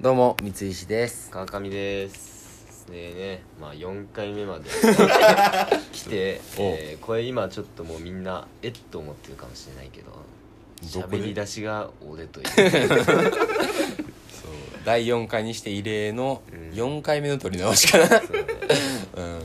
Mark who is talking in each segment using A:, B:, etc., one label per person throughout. A: どうも三石です
B: 川上ですでねまあ4回目 まで来て、
A: お
B: えーこれ今ちょっともうみんなえっと思ってるかもしれないけど
A: どこで
B: 喋り出しが俺とい う
A: そう第4回にして異例の
B: うん
A: 4回目の取り直しかな
B: そう
A: うん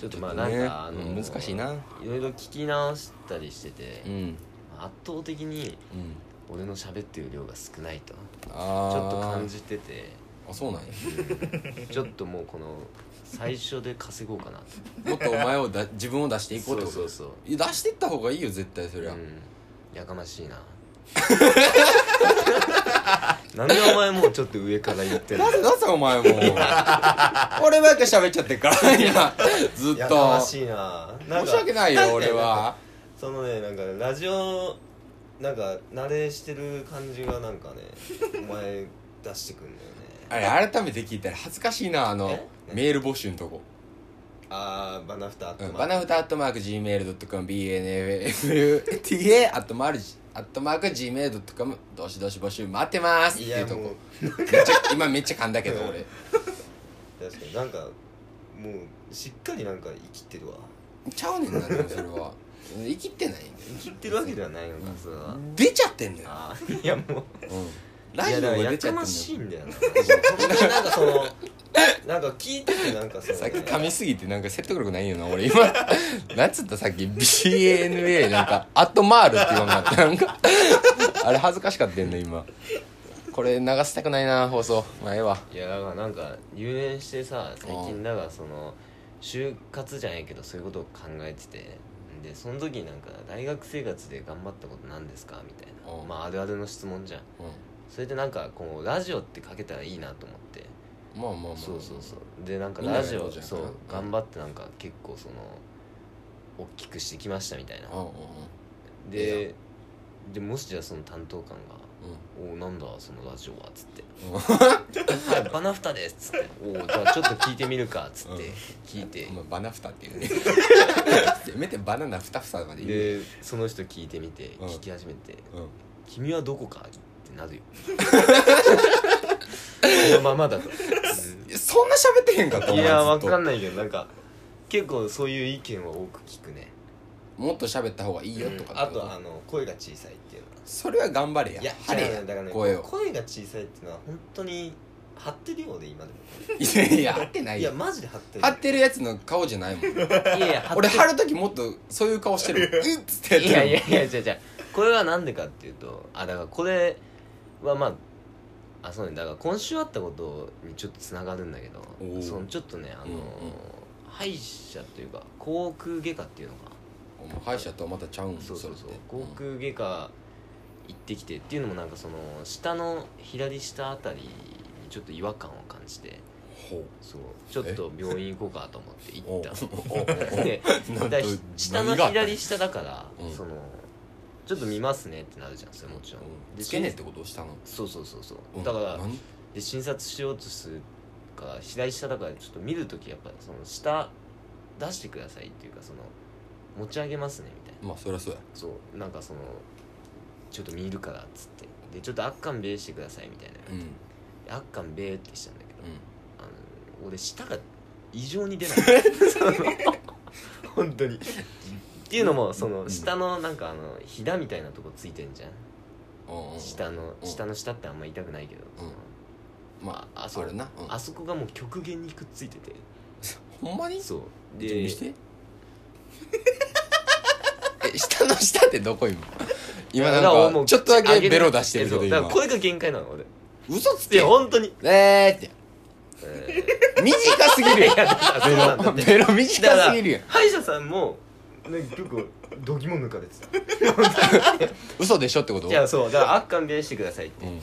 B: ちょっとまあなんか、
A: ね
B: あの
A: うん難しいない
B: ろいろ聞き直したりしてて、
A: うん
B: まあ圧倒的に
A: うん
B: 俺の喋ってる量が少ないと
A: ああ
B: ちょっと感じてて
A: あそうなんや
B: ちょっともうこの最初で稼ごうかなと
A: もっとお前をだ 自分を出していこうってこと
B: そうそうそう
A: いや出してった方がいいよ絶対そりゃ、
B: うん、やか ましいななんでお前もうちょっと上から言ってる
A: なぜ出せお 前も俺ばっか喋っちゃってっから 今ずっ
B: やか
A: と
B: ましいななん
A: 申
B: か
A: し訳ないよ俺は
B: そのねなんかラジオなんか慣れしてる感じがなんかねお前出してくんだよね
A: あれ改めて聞いたら恥ずかしいなあの
B: え
A: メール募集のとこ
B: ああバナフタあっ
A: う
B: た
A: んバナフタアットマーク Gmail.com BNFLTA アットマーク Gmail.com どしどし募集待ってますっ
B: い
A: ていう
B: や
A: と
B: も
A: こ
B: う
A: めっちゃ今めっちゃ噛んだけど
B: うん
A: 俺
B: 確かになんかもうしっかりなんか生きてるわ
A: ちゃうねんなでもそれは生きてないんだよ
B: 生きてるわけではないのかそれは
A: 出ちゃってんだよ
B: ああいやもう
A: うん
B: い
A: ラ
B: や
A: ジオ
B: だ
A: が
B: からや
A: 出ちゃってんだ
B: かま
A: よ
B: しい
A: さ
B: んだよな本当になんかそのなんか聞いててなんかその、
A: っき噛みすぎてなんか説得力ないよな俺今 なんつったさっき BNA なんか「アットマール」って言わんかったなんかあれ恥ずかしかったよね今これ流したくないな放送まあええわ
B: いやだからなんか入園してさ最
A: うん
B: 近だからその就活じゃないけどそういうことを考えててでその時になんか大学生活で頑張ったことなんですかみたいな
A: うん
B: まああるあるの質問じゃんそれでなんかこうラジオってかけたらいいなと思って
A: まあまあまあ
B: そうそうそうでなんか
A: みんな
B: ラ
A: が
B: ジ
A: やろ
B: オ
A: うじゃん
B: そう
A: うん
B: 頑張ってなんか結構その大きくしてきましたみたいな
A: うんうんええや
B: ででもしじゃあその担当官が「おおなんだそのラジオは」っつって 「はいバナフタです」っつって「おおじゃあちょっと聞いてみるか」っつっ
A: う
B: て
A: ん
B: 聞いて
A: うん、まあ、バナフタっていうね せめてバナナフタフタまで言う
B: でその人聞いてみて
A: うん
B: 聞き始めて
A: うん
B: 「君はどこか?」って なるよこのままだと
A: いやそんな喋ってへんかった
B: いやわか
A: ん
B: んないけどなんか結構そういう意見は多く聞くね
A: もっと喋った方がいいよとか
B: う
A: っ
B: ん
A: てこ
B: あ
A: と
B: あの声が小さいっていうの
A: それは頑張れや
B: いや
A: 張れ
B: 違う
A: や
B: ねだからね
A: 声を
B: 声が小さいっていうのは本当に張ってるようで今でも
A: い やいや張ってない
B: いや
A: よ
B: マジで張ってる
A: 張ってるやつの顔じゃないもん
B: いやいや張っ
A: 俺
B: て
A: 張る時もっとそういう顔してるもんうんっつってやって
B: い
A: る
B: やいやいや違う違うこれはなんでかっていうとあだからこれはまああそうねだから今週あったことにちょっとつながるんだけ
A: おう
B: どそのちょっとねあの、
A: うんうん
B: 歯医者というか口腔外科っていうのか
A: お前歯医者とはまたちゃうん
B: そうそうそう
A: れって
B: 口腔外科行ってきてっていうのもなんかその下の左下あたりにちょっと違和感を感じて
A: ほ
B: そうちょっと病院行こうかと思って行った
A: おうおうおう
B: で
A: う
B: だからひ下の
A: 何があった
B: 左下だから、
A: うん
B: そのちょっと見ますねってなるじゃんそれもちろん、
A: うん
B: で
A: つけねえってことしたの
B: そうそうそうそう、
A: うん
B: だから
A: 何
B: で診察しようとするから左下だからちょっと見るときやっぱその下出してくださいっていうかその持ち上げますねみたいな
A: まあそりゃそうや
B: そうなんかそのちょっと見るからっつってでちょっと悪勘弁してくださいみたいな
A: うんうん
B: で悪勘弁ってしたんだけど、あの俺舌が異常に 出ないその本当にっていうのもその下のなんかあのひだみたいなとこついてんじゃん
A: うんうん
B: 下の
A: うん
B: 下の下ってあんま痛くないけどその
A: まあ
B: あ
A: あ
B: そう
A: それなうん
B: あそこがもう極限にくっついてて
A: ほんまに
B: そう
A: ちょ見
B: で
A: して え下の下ってどこ今今なん
B: だらも
A: か
B: う
A: ちょっとだけ
B: 上げ
A: ベロ出してるけ
B: え
A: ど
B: そうだ
A: 今
B: からこれが限界なの俺
A: 嘘つ
B: い
A: け
B: や本当に
A: えーって
B: え
A: 短すぎる
B: ー
A: よ
B: いやだからそうなん だって
A: ベロ短すぎるよ
B: 歯医者さんもね結構度肝抜かれてた
A: 嘘でしょってこと
B: じゃあそうだから悪勘弁してくださいって
A: うん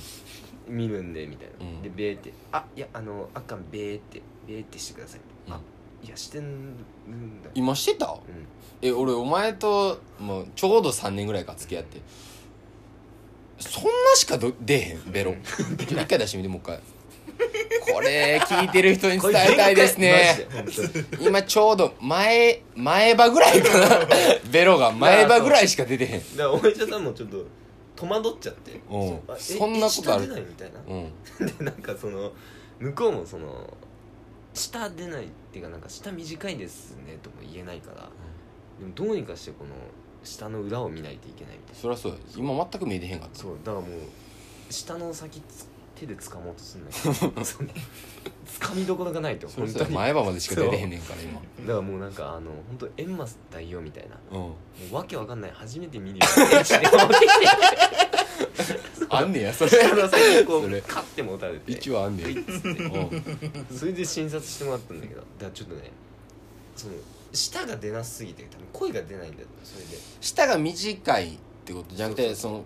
B: 見るんでみたいな、
A: うん
B: でベーって「あいやあのあかんベーってベーってしてください」
A: うん
B: あいやしてんだよ
A: 今してた
B: うん
A: え俺お前ともうちょうど3年ぐらいか付き合ってそんなしかど出えへんベ ロ一回出してみてもう一回これ聞いてる人に伝えたいです ね
B: これ限界マジで本
A: 今ちょうど前 前歯ぐらいかなベロが前歯ぐらいしか出てへん
B: 当にだからお医者さんもちょっと戸惑っちゃって
A: うん
B: あえ
A: そんなことある
B: え下出ないみたいな
A: うん
B: でなんかその向こうもその下出ないっていうかなんか下短いですねとも言えないからでもどうにかしてこの下の裏を見ないといけないみたいな
A: そりゃそうや今全く見えてへんかった
B: そうだからもう下の先つ手で掴もう とすんだけどその掴みどころがないと
A: そり
B: 本
A: ゃそう
B: 当
A: や
B: にだか
A: 前歯までしか出てへんねんから今
B: らもうなんかあの本当エンマス大王みたいなも
A: うん
B: うわけわかんない初めて見るような持ってき て
A: あんねやそれ
B: 下の先にこ
A: そうれ
B: カッて持たれて
A: 一応あんねやうん
B: それで診察してもらったんだけどだからちょっとねその舌が出なすぎて多分声が出ないんだよそれで
A: 舌が短いってことじゃなくて
B: そ
A: その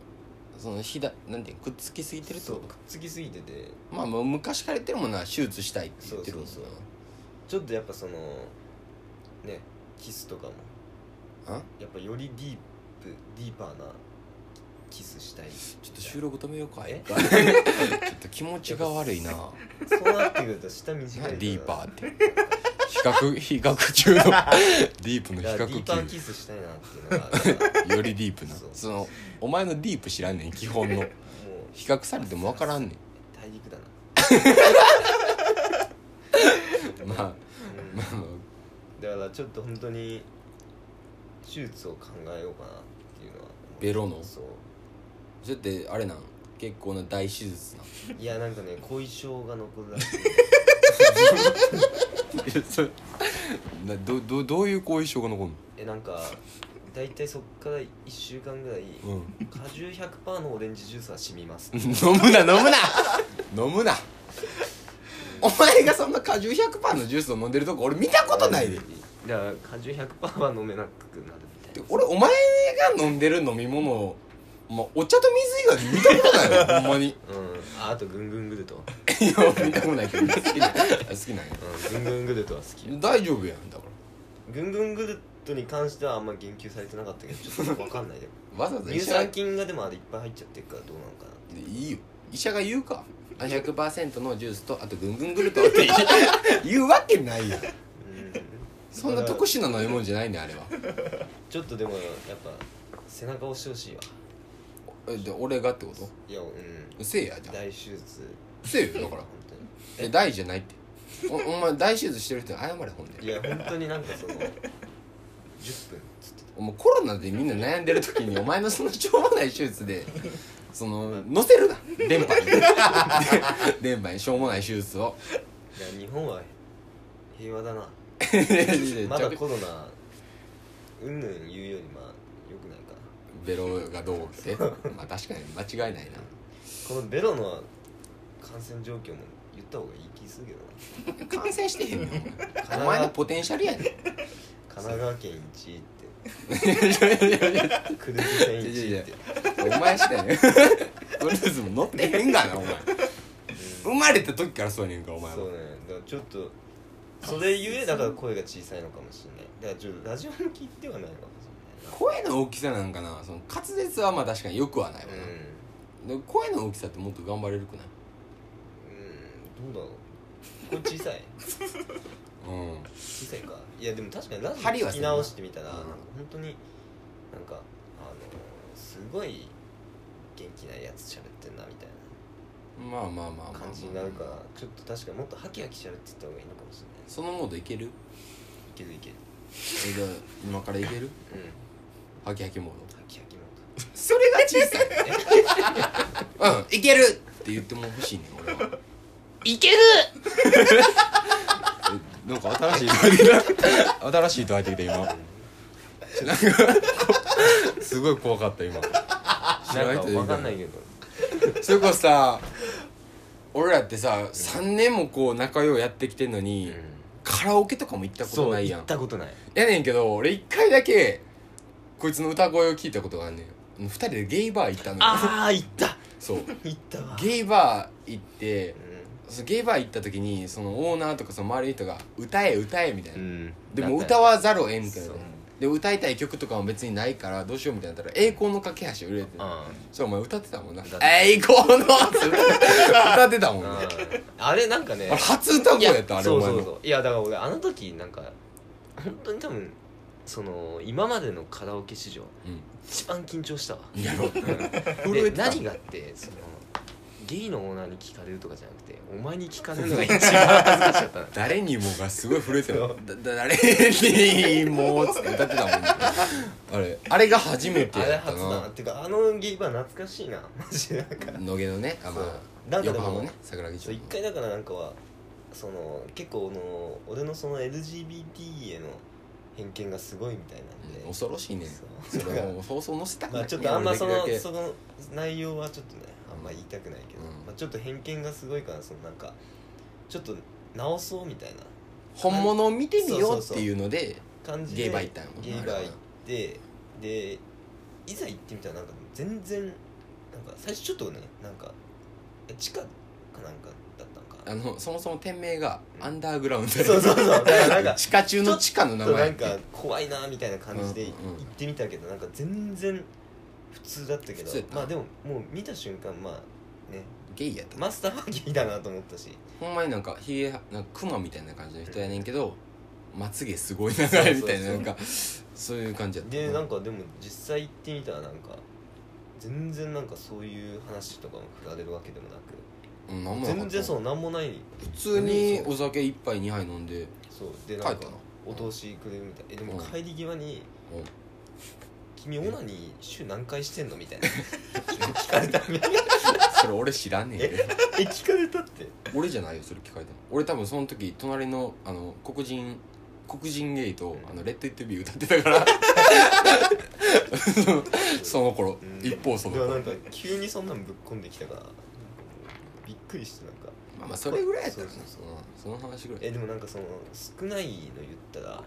A: そのひだなんていうのくっつきすぎてるって
B: そう
A: こ
B: くっ
A: と
B: つきすぎてて
A: まあもう昔から言ってるもんな手術したいって言ってるもんな
B: そうそうちょっとやっぱそのねキスとかも
A: あ
B: やっぱよりディープディーパーなキスしたい
A: ちょっと収録止めようか
B: え
A: 一回ちょっと気持ちが悪 いな
B: そうなってくると舌短い
A: な
B: か
A: ん
B: ら
A: かディーパーって比較 比較中のディープの比
B: だからディーパー
A: 較
B: キスしたいなっていうのがだから
A: 級よりディープな
B: そう
A: そのお前のディープ知らんねん基本の
B: もう
A: 比較されても分からんね
B: 大陸だな、
A: ん まあ
B: うん
A: まあま
B: だからちょっと本当に手術を考えようかなっていうのは
A: ベロの
B: そ
A: あそれってあれなん結構な大手術な
B: ういやなんかね後遺症が残るらしい
A: いやそれなどどどういう後遺症が残る
B: えなんか大体そっから1週間ぐらい
A: の、うん、
B: 果汁100%のオレンジジュースは染みます
A: 飲むな飲むな飲むなお前がそんな果汁100%のジュースを飲んでるとこ俺見たことないで
B: だから果汁100%は飲めなくなるみたいな
A: 俺お前が飲んでる飲み物を、まあ、お茶と水以外見たことないよほんまにい
B: うんああとグングングルト、
A: や見たことないけど好きな好きなんや
B: うん、グングングルトは好き
A: 大丈夫やんだか
B: グングングルトに関してはあんま言及されてなかったけどちょっとわかんないで
A: らわざわざ
B: 乳
A: 医者
B: 酸
A: が
B: 菌がでもあれいっぱい入っちゃってるからどうなのかなって
A: いいよ医者が言うかあ100%のジュースとあとぐんぐんぐるとって言う言うわけないやん
B: うん
A: そんな特殊な飲み物じゃないねんあれは
B: ちょっとでもやっぱ背中押してほしいわ
A: えで俺がってこと
B: いやうん
A: せえやじゃあ
B: 大手術
A: せえよだから
B: 本当
A: え大じゃないっておお前大手術してる人に謝れほん
B: にい
A: で
B: や本当になんかその10分つって
A: お前コロナでみんな悩んでる時にお前のそのしょうもない手術でその乗せるな電波にで電波にし ょうもない手術を
B: いや日本は平和だない
A: やいや
B: まだ
A: ちょ
B: コロナうんぬん言うよりまあ良くないかな
A: ベロがどうってまあ確かに間違いないな
B: このベロの感染状況も言った方がいい気するけどな
A: 感染してへんねんお
B: 神
A: 前お
B: 奈
A: 前の
B: 川
A: ポテンシャルやねんい
B: 神奈川県1位って
A: やいやいや
B: 久留米県1位って
A: お前しかやねんとりあえ ずもう乗ってへんがなお前
B: うん
A: 生まれた時からそうやねんからお前は
B: そうねだからちょっとそれゆえだから声が小さいのかもしれないだからちょっとラジオ向きではないのかもし
A: 声の大きさなんかなその滑舌はまあ確かによくはない
B: れ
A: わ
B: ないな
A: な、で声の大きさってもっと頑張れるくない
B: うん、うん、どうだろうこれ小さい
A: うん
B: 小さいかいやでも確かにラジオ
A: 針は
B: 聞き直してみたらなん
A: そう
B: か
A: ね
B: 本当になんかあのすごい元気なやつ喋ってんなみたい
A: まあまあまあまあまあ
B: な感じになるからちょっと確かにもっとハキハキ喋ってった方がいいのかもしれない
A: そのモードい ける
B: いけるいける
A: えじゃあ今からいける
B: うん
A: ハキハキモード
B: ハキハキも
A: それが小さいうんいけるって言っても欲しいねん俺はいけるなんか新しい糸新しい糸入ってきた今なんかこすごい怖かった今 知ら
B: な
A: ない
B: ん
A: 人出
B: か
A: てき
B: 分か
A: た
B: んないけど
A: それこそさ俺らってさ3年もこう仲良うやってきてんのに、カラオケとかも行ったことないや
B: 行
A: ん
B: ったことない
A: やねんけど俺1回だけこいつの歌声を聞いたことがあんねん2人でゲイバー行ったのよ
B: ああ行った
A: そう
B: 行ったわ
A: ゲイバー行って
B: う
A: そうゲイバー行った時にそのオーナーとかその周りの人が「歌え歌え」みたいな、
B: ん
A: でも歌わざるをえんみたいな
B: そう
A: で歌いたい曲とかも別にないからどうしようみたいになったら「栄光の架け橋」売れて
B: あ
A: そうお前歌ってたもんな
B: 歌
A: 「
B: っ
A: 栄光の」 って歌ってたもんなあ
B: ーあれなんか ね
A: れ初歌声やったあれ
B: そ
A: お
B: う
A: 前
B: そう
A: の
B: そういやだから俺あの時なんか本当に多分その今までのカラオケ史上
A: う
B: 一番緊張 したわ
A: んやろう震
B: で
A: えてた
B: 何がってそのゲイのオーナーに聞かれるとかじゃなくてお前に聞かれるのが一番恥ずかしかったな
A: 誰にもがすごい震えてたよだだ誰にもっつって歌ってたもんねあれあれが初めて
B: あれ
A: やった
B: 初だな
A: な
B: っていうかあのゲイバー懐かしいな マジでなんか
A: 野毛のねあ
B: そう
A: ま
B: な
A: あ
B: んかで
A: 横
B: も
A: 浜ね桜木町
B: そう一回だからなんかはその結構あの俺のその LGBT への偏見がすごいみたいなんで、
A: うん恐ろしいね
B: そう
A: それはもう放送載せたく
B: ま
A: な
B: あ
A: い
B: ちょっとあんまその
A: 俺できるだけ
B: その内容はちょっとねあんま言いたくないけど、
A: うん
B: まあ、ちょっと偏見がすごいからそのなんかちょっと直そうみたいな
A: 本物を見てみようっていうので
B: 感じで
A: ゲイバー行ったんやもん
B: ゲイバー行ってでいざ行ってみたらなんか全然なんか最初ちょっとねなんかえ地下かなんかだったのかな
A: あのそもそも店名が
B: うん
A: アンダーグラウンド
B: そうそうそうだからなんか
A: 地下中の地下の名
B: ちょっとな
A: 前
B: んか怖いなみたいな感じで
A: うん
B: 行
A: うんうん
B: ってみたけどなんか全然普通だったけ
A: 普
B: ど
A: 通やった
B: まあでももう見た瞬間まあね
A: ゲイやった
B: マスターはゲイだなと思ったし
A: ほんまになんかひげなんかクマみたいな感じの人やねんけどまつげすごい長いみたいな
B: そうそうそう
A: なんかそういう感じやった
B: でなんかでも実際行ってみたらなんか全然なんかそういう話とかも振られるわけでもなく
A: うんなんもなかった
B: 全然そうなんもない
A: 普通にお酒一杯二杯飲んで
B: そう
A: 帰
B: で
A: っ
B: な
A: た
B: ん
A: な
B: かお通しくれるみたいえでも
A: うん
B: 帰り際に
A: お
B: 「君オナニー週何回してんの?」み たいな聞かれたみたいな
A: それ俺知らねえよ
B: え聞かれたって
A: 俺じゃないよそれ聞かれたの俺多分その時隣のあの黒人黒人ゲイと、
B: うん
A: あのレッド・イット・ビー歌ってたから その頃、
B: うん
A: 一方その
B: でも
A: 頃
B: なんか急にそんなんぶっ込んできたからびっくりしてなんか
A: まあまあそれぐらいやったらな
B: そうそう
A: その話ぐらい
B: えでもなんかその少ないの言ったらなんか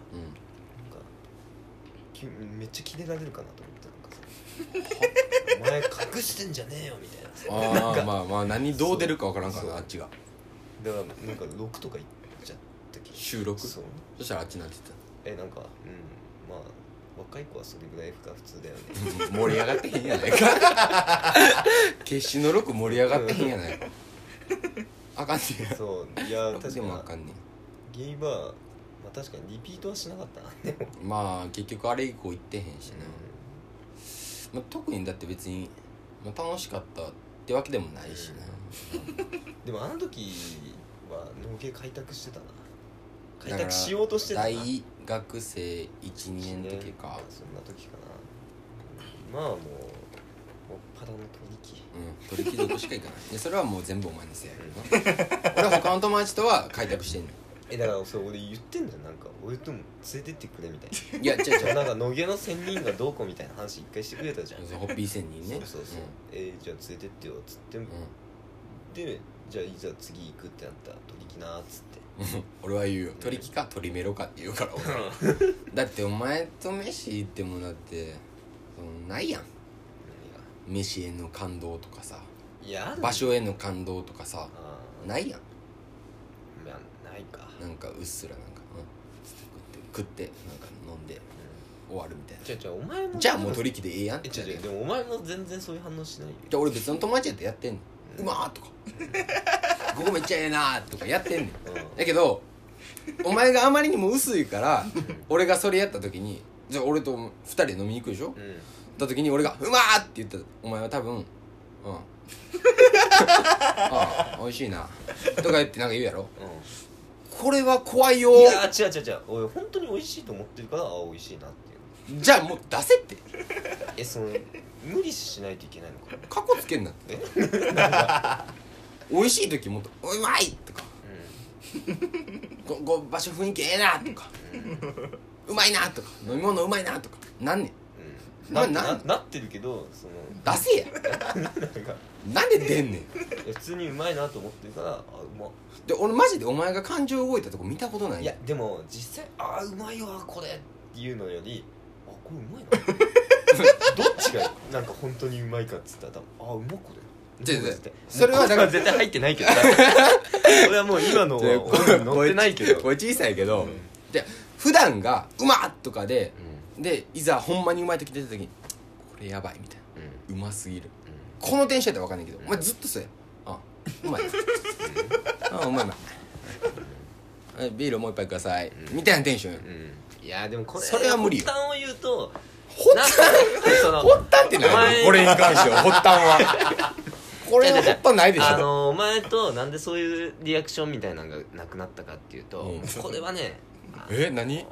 A: うん
B: きめっちゃキレられるかなと思ってなんかさお前隠してんじゃねえよみたいなさ
A: ああ まあまあ何どう出るかわからんから
B: そ
A: な
B: う
A: あっちが
B: だからなんか6とかいっちゃった気が
A: 収録
B: そう
A: そしたらあっちなんて
B: えなんかうんまあ若い子はそれぐらいが普通だよね
A: 言ってた盛り上がってへんやないか決死の6盛り上がってへんやないかあかんね
B: そういや
A: や
B: 確
A: でもあ
B: か
A: かんね
B: にゲイバー、まあ、確かにリピートはしなかったなでも、
A: んまあ結局あれ以降行ってへんしな、まあ、特にだって別に、まあ、楽しかったってわけでもないしな、
B: でもあの時は農芸開拓してたな
A: だ
B: 開
A: から
B: 拓しようとしてたな
A: 大学生12年の時か、
B: そんな時かなまあもうもっぱらの取り木
A: うん取り貴族しか行かないでそれはもう全部お前のせいやけどな俺は他の友達とは開拓してんの
B: えだからそう俺言ってんじゃんなんか俺とも連れてってくれみたい
A: いや違う
B: なそう
A: 違う
B: なんか野毛の仙人がどうこうみたいな話一回してくれたじゃん
A: そうホッピー仙人ね
B: そうそうそう、えーじゃあ連れてってよっつって、
A: うんうん
B: でじゃあいざ次行くってなったら取り木なーっつって
A: 俺は言うよ「取り木か取りメロか」って言うから俺だってお前と飯行ってもだってそのないやん飯への感動とかさ
B: 何がいやある
A: 場所への感動とかさ
B: あー
A: ないやん
B: まあないか、
A: なんかうっすらなんか、うん、食って食ってなんか飲んで
B: う
A: 終わるみたい
B: ん、違う違うお前も
A: なじゃあもう取り木でええやんっ
B: え
A: てな
B: 違う
A: る
B: 違
A: や
B: うんでもお前も全然そういう反応しないよ
A: じゃあ俺別の友達やってやってんのうまーとかここめっちゃええなーとかやってんねん
B: うん
A: だけどお前があまりにも薄い から俺がそれやった時にじゃあ俺と2人で飲みに行くでしょ
B: うん
A: だ時に俺が「うまー!」って言ったらお前は多分「うんああ美味しいな」とか言ってなんか言うやろ
B: う
A: これは怖いよ
B: ん、いや違う違う違う俺本当に美味しいと思ってるからあ美味しいなっていう
A: じゃあもう出せって
B: えその 無理しないといけないのかな
A: カッコつけんなって美味しい時もっと「うまい!」とか「ここ場所雰囲気ええな!」とか
B: うん、うん
A: 「うまいな!」とか「飲み物うまいな!」とかなんねん
B: うん、
A: ま
B: な
A: あ
B: な
A: なん
B: なってるけどその
A: 出せや
B: なんか
A: なんで出んねん
B: 普通にうまいなと思ってるからあうま
A: で俺マジでお前が感情動いたとこ見たことないい
B: や
A: や
B: でも実際あうまいわこれっていうのよりあこれうまいな どっちがなんか本当にうまいかっつったら多分あうまこれ
A: 違う違う
B: 絶対
A: それはだから
B: もうこ絶対入ってないけど それはもう今のは
A: で
B: 乗ってないけ ど
A: これ小さいけど、
B: うん
A: で普段が「うまっ!」とかで
B: う
A: でいざほんまにうまい時出た時に「これやばい」みたい
B: んうん
A: なうますぎる
B: うん
A: この電車やったら分かんないけどお前ずっとそうやあうまいな あうまいうまいえビールもう一杯ください、みたいなテンションや
B: うん、いいやでもこれ
A: それは無理よ
B: 発端を言うと
A: ほっ
B: なんかその
A: 発端って
B: お
A: ない
B: 前
A: のこれに関しては発端は これは発端ないでし
B: あ
A: ょ
B: のお前となんでそういうリアクションみたいなのがなくなったかっていうと、
A: うん
B: これはね
A: え何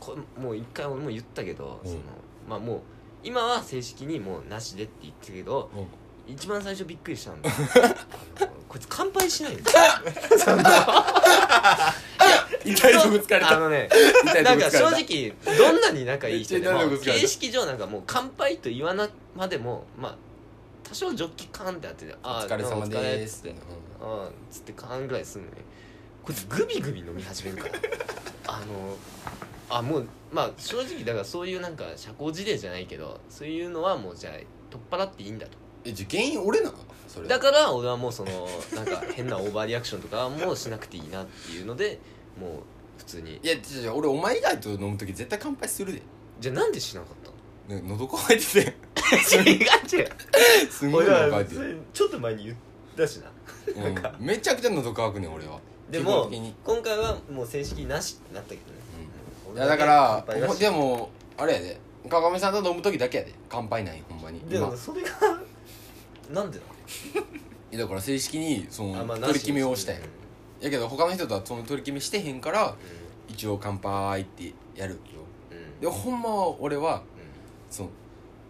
B: こもう一回俺も言ったけど、
A: うん
B: そのまあもう今は正式にもうなしでって言ってるけど一番最初びっくりした のあのこいつ乾杯しないんですよ
A: 痛いとこ疲れ
B: あ
A: た
B: のね
A: 痛いと
B: なん
A: こ疲
B: か
A: れた
B: 正直どんなに仲いい人でも
A: めっちゃ痛いとこ疲れた
B: 形式上なんかもう乾杯と言わなまでもまあ多少ジョッキカーンってあってね
A: お
B: あー
A: 疲れ様
B: お疲れ
A: でー
B: っつっ
A: す
B: てあーつって勘ぐらいすんのにこいつグビグビ飲み始め るからあのあもうまあ正直だからそういうなんか社交辞令じゃないけどそういうのはもうじゃあ取っ払っていいんだと
A: えじゃあ原因俺なのそれ
B: だから俺はもうそのなんか変なオーバーリアクションとかはもうしなくていいなっていうのでもう普通に
A: いや違う違う俺お前以外と飲む時絶対乾杯するで
B: じゃあなんでしなかったの
A: ね喉乾いて て
B: 違う違う
A: すごい
B: 俺
A: 喉乾
B: は
A: いて
B: ちょっと前に言ったしな
A: てるうんめちゃくちゃ喉乾くねん俺は
B: で
A: 基
B: も
A: 本的に
B: 今回はもう正式なしってなったけど
A: い
B: ね、俺
A: や
B: け
A: だから
B: 乾杯はし
A: でもあれやで川上さんと飲む時だけやで乾杯ないほんまに
B: で
A: 今
B: もそれがなんで
A: いやだから正式にそ
B: なの、
A: の
B: なし
A: 取り決めをしたん
B: う
A: や
B: ん
A: やけど他の人とはその取り決めしてへんから一応乾杯ってやるよ
B: うん
A: でほんまは俺は
B: う
A: その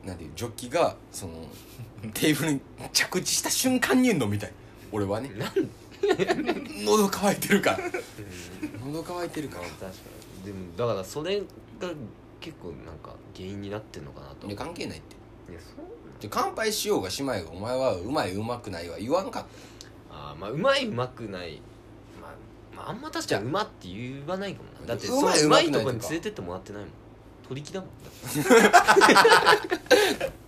A: なんていうジョッキがその テーブルに着地した瞬間に飲みたい俺はね
B: んなんで、
A: 喉乾いてるから喉乾いてるか
B: まあ
A: ら
B: 確かにでもだからそれが結構なんか原因になってんのかなと
A: いや
B: いや
A: 関係ないって
B: そう
A: じゃ乾杯しようがしまいがお前はうまいうまくないは言わんかった
B: あーまあうまいうまくないまあ、まあ、あんま確かにうまって言わないかもなだってそう
A: うまいううまくな
B: ま
A: い
B: い
A: と
B: と
A: か
B: こに連れてってもらってないもん取り木だもん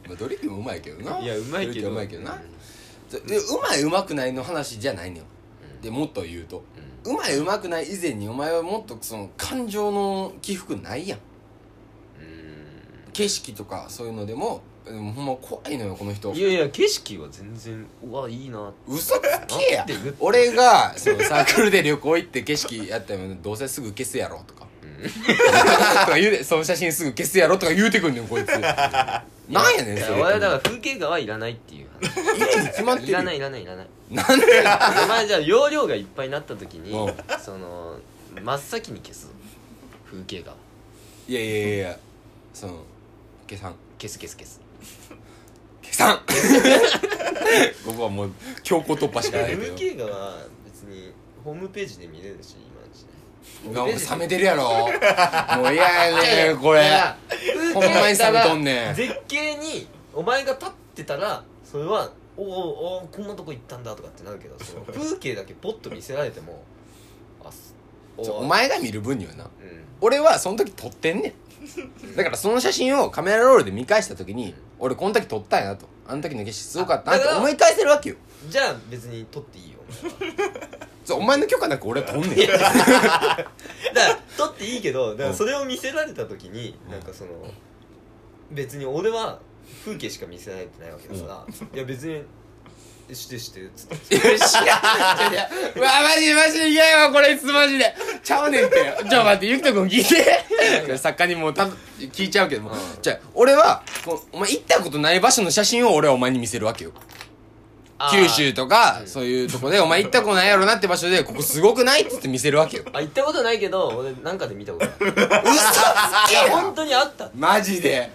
A: まあ、ドリンクもうまいけどない
B: やうまい
A: ドリ
B: けど
A: ンクはうまいけどな、
B: うん
A: でうまいうまくないの話じゃないのよ
B: うん
A: でもっと言うと
B: うん
A: うまいうまくない以前にお前はもっとその感情の起伏ないやん
B: う
A: 景色とかそういうのでもでもほんま怖いのよこの人
B: んいやいや景色は全然うわいいなって
A: 嘘つけ
B: な
A: や
B: って言って
A: 俺がそのサークルで旅行行って景色やったらどうせすぐ消すやろとか とか言うでその写真すぐ消すやろとか言うてくんねん こいつなんやねん
B: いや
A: それ
B: 俺はだから風景画はいらないっていう話
A: 家に決まってる
B: い
A: よ
B: らないいらないいらない
A: なんでや
B: お前じゃあ容量がいっぱいになった時に
A: うん
B: その真っ先に消す風景画
A: いやいやいやその消さん
B: 消す消す消す
A: 消さ ん僕はもう強行突破しか ないけど
B: 風景画は別にホームページで見れるし今の時代
A: 今もう冷めてるやろもう嫌やねんこれほんまに冷めとんねん
B: 絶景にお前が立ってたらそれはおおおおこんなとこ行ったんだとかってなるけど その風景だけポッと見せられてもあす
A: ちょお
B: ー
A: 前が見る分にはな
B: うん
A: 俺はその時撮ってんねんだからその写真をカメラロールで見返した時に俺この時撮ったんやなとあの時の景色すごかったなって思い返せるわけよ
B: じゃあ別に撮っていいよお前は
A: そうお前の許可なく俺は撮んねん
B: だから撮っていいけどだからそれを見せられた時に、なんかその別に俺は風景しか見せられてないわけだから、いや別に「してして」っつって
A: いや知らんいやうわマジでマジで嫌やわこれいつマジでちゃうねんってちょ待ってゆきとくん聞いて作家にもうた聞いちゃうけども、
B: うん
A: じゃあ俺はこうお前行ったことない場所の写真を俺はお前に見せるわけよ九州とか、そういうとこでお前行ったことないやろなって場所でここすごくないっつって見せるわけよ
B: あ行ったことないけど俺なんかで見たことある
A: 嘘つ
B: い
A: け
B: や
A: や
B: 本当にあった
A: マジで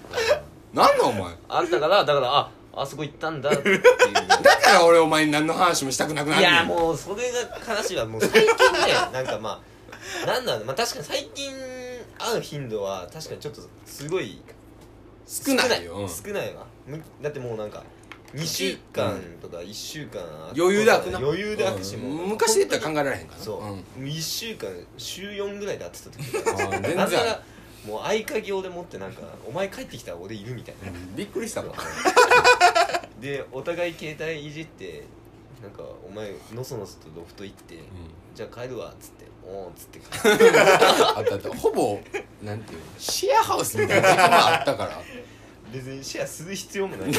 A: なんだお前
B: あったからだからああそこ行ったんだっていう
A: だから俺お前 に何の話もしたくなくなる
B: いやもうそれが悲しいわも う最近ねなんかまあなんだろうまあ確かに最近会う頻度は確かにちょっとすごい
A: 少ないよ、うん
B: 少ないわむだってもうなんか2週間とか1週間空く
A: 余裕で開くな
B: 余裕で開くしもう
A: うん昔で言ったら考えられへんからな
B: そう、
A: ん
B: もう1週間週4ぐらいで会ってた時
A: あー全然
B: なんならもう合鍵をでもってなんか「お前帰ってきたら俺いる」みたいな
A: びっくりしたわ
B: でお互い携帯いじってなんかお前のそのそとロフト行って、じゃあ帰るわっつって「おーっつって帰 る
A: あったあったほぼなんていうのシェアハウスみたいな時間があったから
B: 別にシェアする必要も ない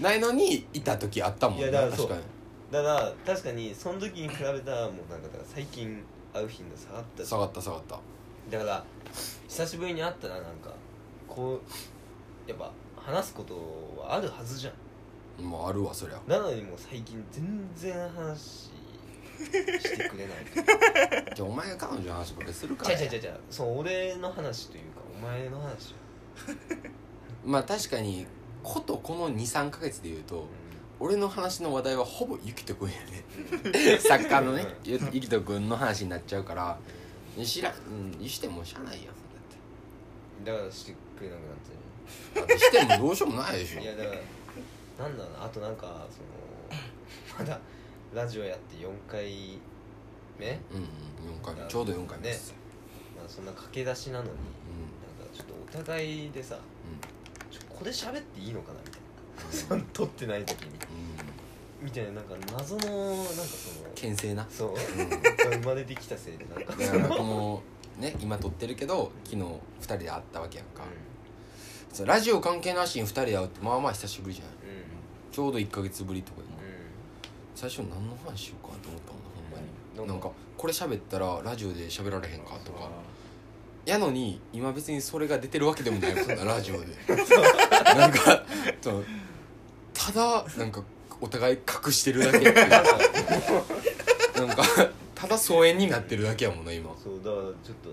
A: ないのにいた時あったもんね
B: いやだからそ
A: 確
B: う
A: かに
B: だから確かにその時に比べたらもうなんかだから最近会う頻度下がったし
A: 下がった下がった
B: だから久しぶりに会ったらなんかこうやっぱ話すことはあるはずじゃん
A: もうあるわそりゃ
B: なのにもう最近全然話してくれない
A: じゃあお前が彼女の話ばっかりするから
B: 違
A: や
B: う違う違う違うそう俺の話というかお前の話よ
A: まあ確かにことこの23か月で言うと
B: う
A: 俺の話の話題はほぼゆきとくんやね
B: んうん
A: 作家のね
B: うん
A: ゆゆきとくんの話になっちゃうから知らうんしてもしゃあないやん
B: だからしてくれなくなっ
A: だってしてもどうしようもないで
B: ち
A: し
B: ゃう
A: ょ
B: いやだからなんだろうなあとなんかそのまだラジオやって4回目
A: うんうん4回目ちょうど4回目です、
B: まあそんな駆け出しなのになんか
A: う
B: ちょっとお互いでさちょこれ喋っていいのかなみたいな その撮ってない時に
A: んうん、うん、
B: みたいななんか謎のなんかその
A: 牽制な
B: そう
A: うんだ
B: が生まれてきたせいでなんか
A: か
B: そ
A: ら
B: の
A: このね今撮ってるけど昨日2人で会ったわけやんか、そうラジオ関係なしに2人で会うってまあまあ久しぶりじゃない
B: うんうん
A: ちょうど1か月ぶりとかで
B: う
A: 最初何の話しようかと思ったもんなほんまに
B: な
A: なんん
B: か
A: かこれ喋ったらラジオで喋られへんかとか
B: ん
A: やのに今別にそれが出てるわけでもないもん なラジオでなんかそうただなんかお互い隠してるだけっていうなんかただ疎遠になってるだけやもんな今
B: そうだからちょっと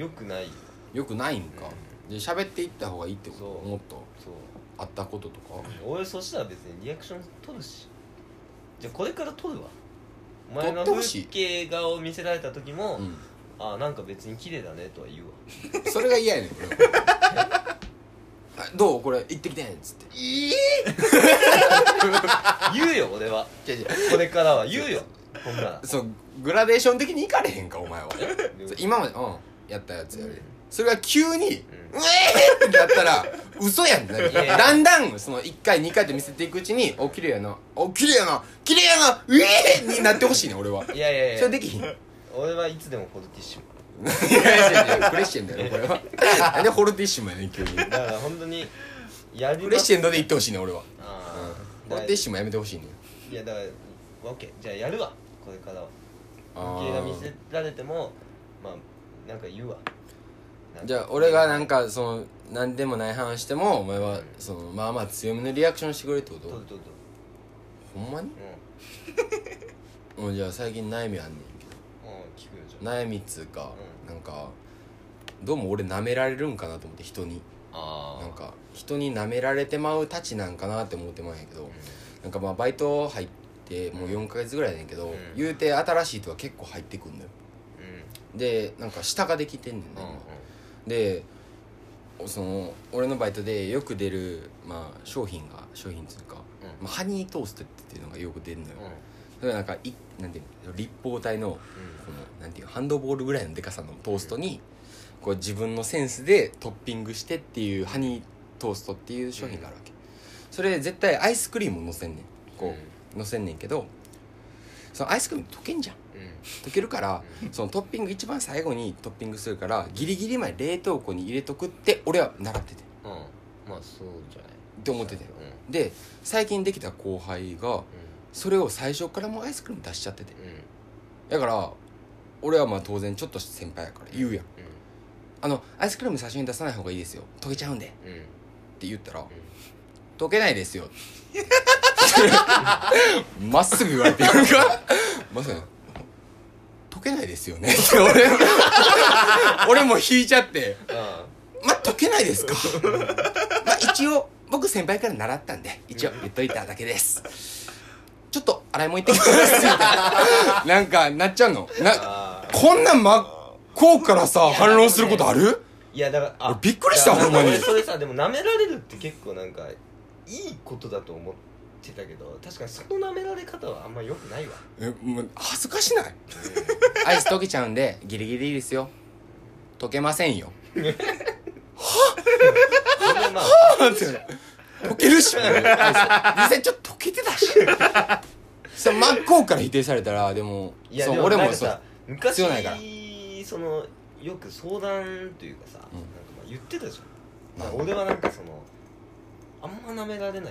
B: よくない
A: よくないんかで喋っていった方がいいってこ
B: そ
A: と
B: う
A: もっと
B: そう
A: あったこととか
B: 俺そしたら別にリアクション取るしじゃあこれから取るわお
A: って
B: 前の
A: ほし
B: 風
A: い
B: 景画を見せられた時も、
A: うん
B: あなんか別に綺麗だねとは言うわ
A: それが嫌やねん俺 はあどうこれ行ってきてんっつっていい
B: 言うよ俺はこれからは言うよほんなら
A: そうグラデーション的に行かれへんかお前は
B: でも
A: そう今までうんやったやつや
B: うん
A: でそれが急に「うん
B: う
A: えー!」ってやったら嘘やんってなる
B: いやいや
A: だんだんその1回2回って見せていくうちに「お綺麗やなお綺麗やな綺麗やなうえー!」になってほしいね俺はい
B: やいやい
A: そ
B: や
A: れできひんいや
B: 俺はいつでもポルティッシュ
A: いやいやクレッシェンドやろこれはなんでホルティッシュもやねん急に
B: だから本当にやり
A: ク
B: ま
A: レッ
B: す
A: シェンドで行ってほしいね俺は
B: あ
A: ホ
B: ー
A: ルティッシュもやめてほしいね
B: いやだからオッケーじゃあやるわこれからは
A: あ
B: 風景画見せ
A: ー
B: られてもまあなんか言うわ
A: じゃあ俺がなんかその何でもない話してもお前はそのまあまあ強めのリアクションしてくれるってこ
B: どう
A: と
B: どうど
A: ほんまに
B: ううん
A: もうじゃあ最近悩みあんねんけど
B: うん聞くよじゃ
A: 悩みっつうか、
B: うん
A: なんかどうも俺舐められるんかなと思って人に
B: あ
A: なんか人に舐められてまうたちなんかなって思ってまうんやけど、なんかまあバイト入ってもう4ヶ月ぐらいやねんけど、
B: うん
A: 言うて新しい人は結構入ってくんのよ
B: うんうん
A: でなんか下ができてんねんな、今でその俺のバイトでよく出る、まあ、商品が商品っつうか、
B: う
A: まあ、ハニートーストっていうのがよく出るのよ、
B: んうん
A: それがなんかいなんていうの立方体のこのなんていうハンドボールぐらいのでかさのトーストにこう自分のセンスでトッピングしてっていうハニートーストっていう商品があるわけそれ絶対アイスクリームをのせんねんこうのせんねんけどそのアイスクリーム溶けんじゃん
B: うんうん
A: 溶けるからそのトッピング一番最後にトッピングするからギリギリまで冷凍庫に入れとくって俺は習っててっ
B: うんまあそうじゃない
A: て思ってて
B: うん
A: で最近できた後輩がそれを最初からもうアイスクリーム出しちゃってて
B: うんうん
A: だから俺はまあ当然ちょっと先輩やから言うやんあのアイスクリーム最初に出さない方がいいですよ溶けちゃうんでっ
B: うんうん
A: て言ったら
B: うん
A: 溶けないですよ まっすぐ言われてなんかまさに溶けないですよねって俺俺も引いちゃって
B: あ
A: まあ溶けないですかまあ一応僕先輩から習ったんで一応言っといただけですちょっと洗い物行ってきますみたいななんかなっちゃうのな
B: あー
A: こんなん真っ向からさ反論することある
B: いやだからあ
A: 俺びっくりした
B: いや
A: ほんまに
B: 俺それさでも舐められるって結構なんかいいことだと思ってたけど確かにその舐められ方はあんま良くないわ
A: えもう恥ずかしないアイス溶けちゃうんでギリギリいいですよ溶けませんよ
B: それで まあ
A: 溶けるしもうアイス実際ちょっと溶けてたしそう真っ向から否定されたらでも
B: いや
A: そう
B: でも
A: 俺
B: なん
A: も
B: か
A: そう
B: さ昔
A: 必要ないから
B: そのよく相談というかさ、
A: うん
B: なんかまあ言ってたじゃん、
A: まあ
B: 俺はなんかそのあんま舐められないというか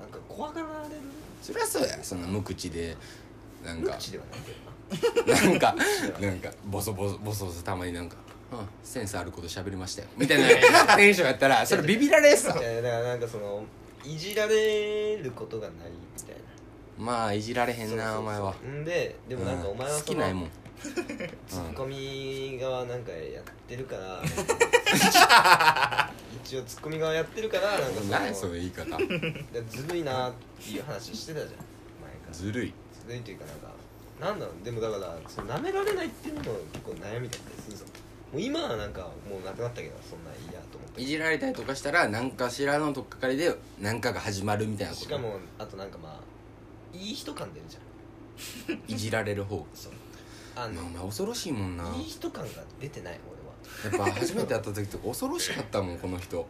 B: なんか怖がられる
A: そりゃそうやそんな無口でなん
B: 無
A: か
B: 口ではないけどな
A: な んかなんかボソボソボソボソたまになんかうんセンスあること喋りましたよみたいなテンションやったらそれビビられっすわ
B: いやだからなんかそのいじられることがないみたいな
A: まあいじられへん
B: そうそう
A: な
B: そ
A: お
B: う
A: 前は
B: んででもなんかお前は
A: うん好
B: そ
A: きないも
B: の
A: ん
B: ツッコミ側なんかやってるから 一応ツッコミ側やってるからなんかその
A: 何やその言い 方
B: だからずるいなっていう話してたじゃん前からず
A: ずるい
B: るいというかなんかなんだろうでもだからその舐められないっていうのも結構悩みだったりするぞもう今はなんかもうなくなったけどそんなんいいやと思って
A: いじられたりとかしたら何かしらのとっかかりで何かが始まるみたいなこと
B: しかもあとなんかまあいい人感出るじゃん
A: いじられる方
B: そうあ
A: まあ
B: の
A: お前恐ろしいもんなや
B: いい人感が出てない俺は
A: っぱ初めて会った時とか恐ろしかったもんこの人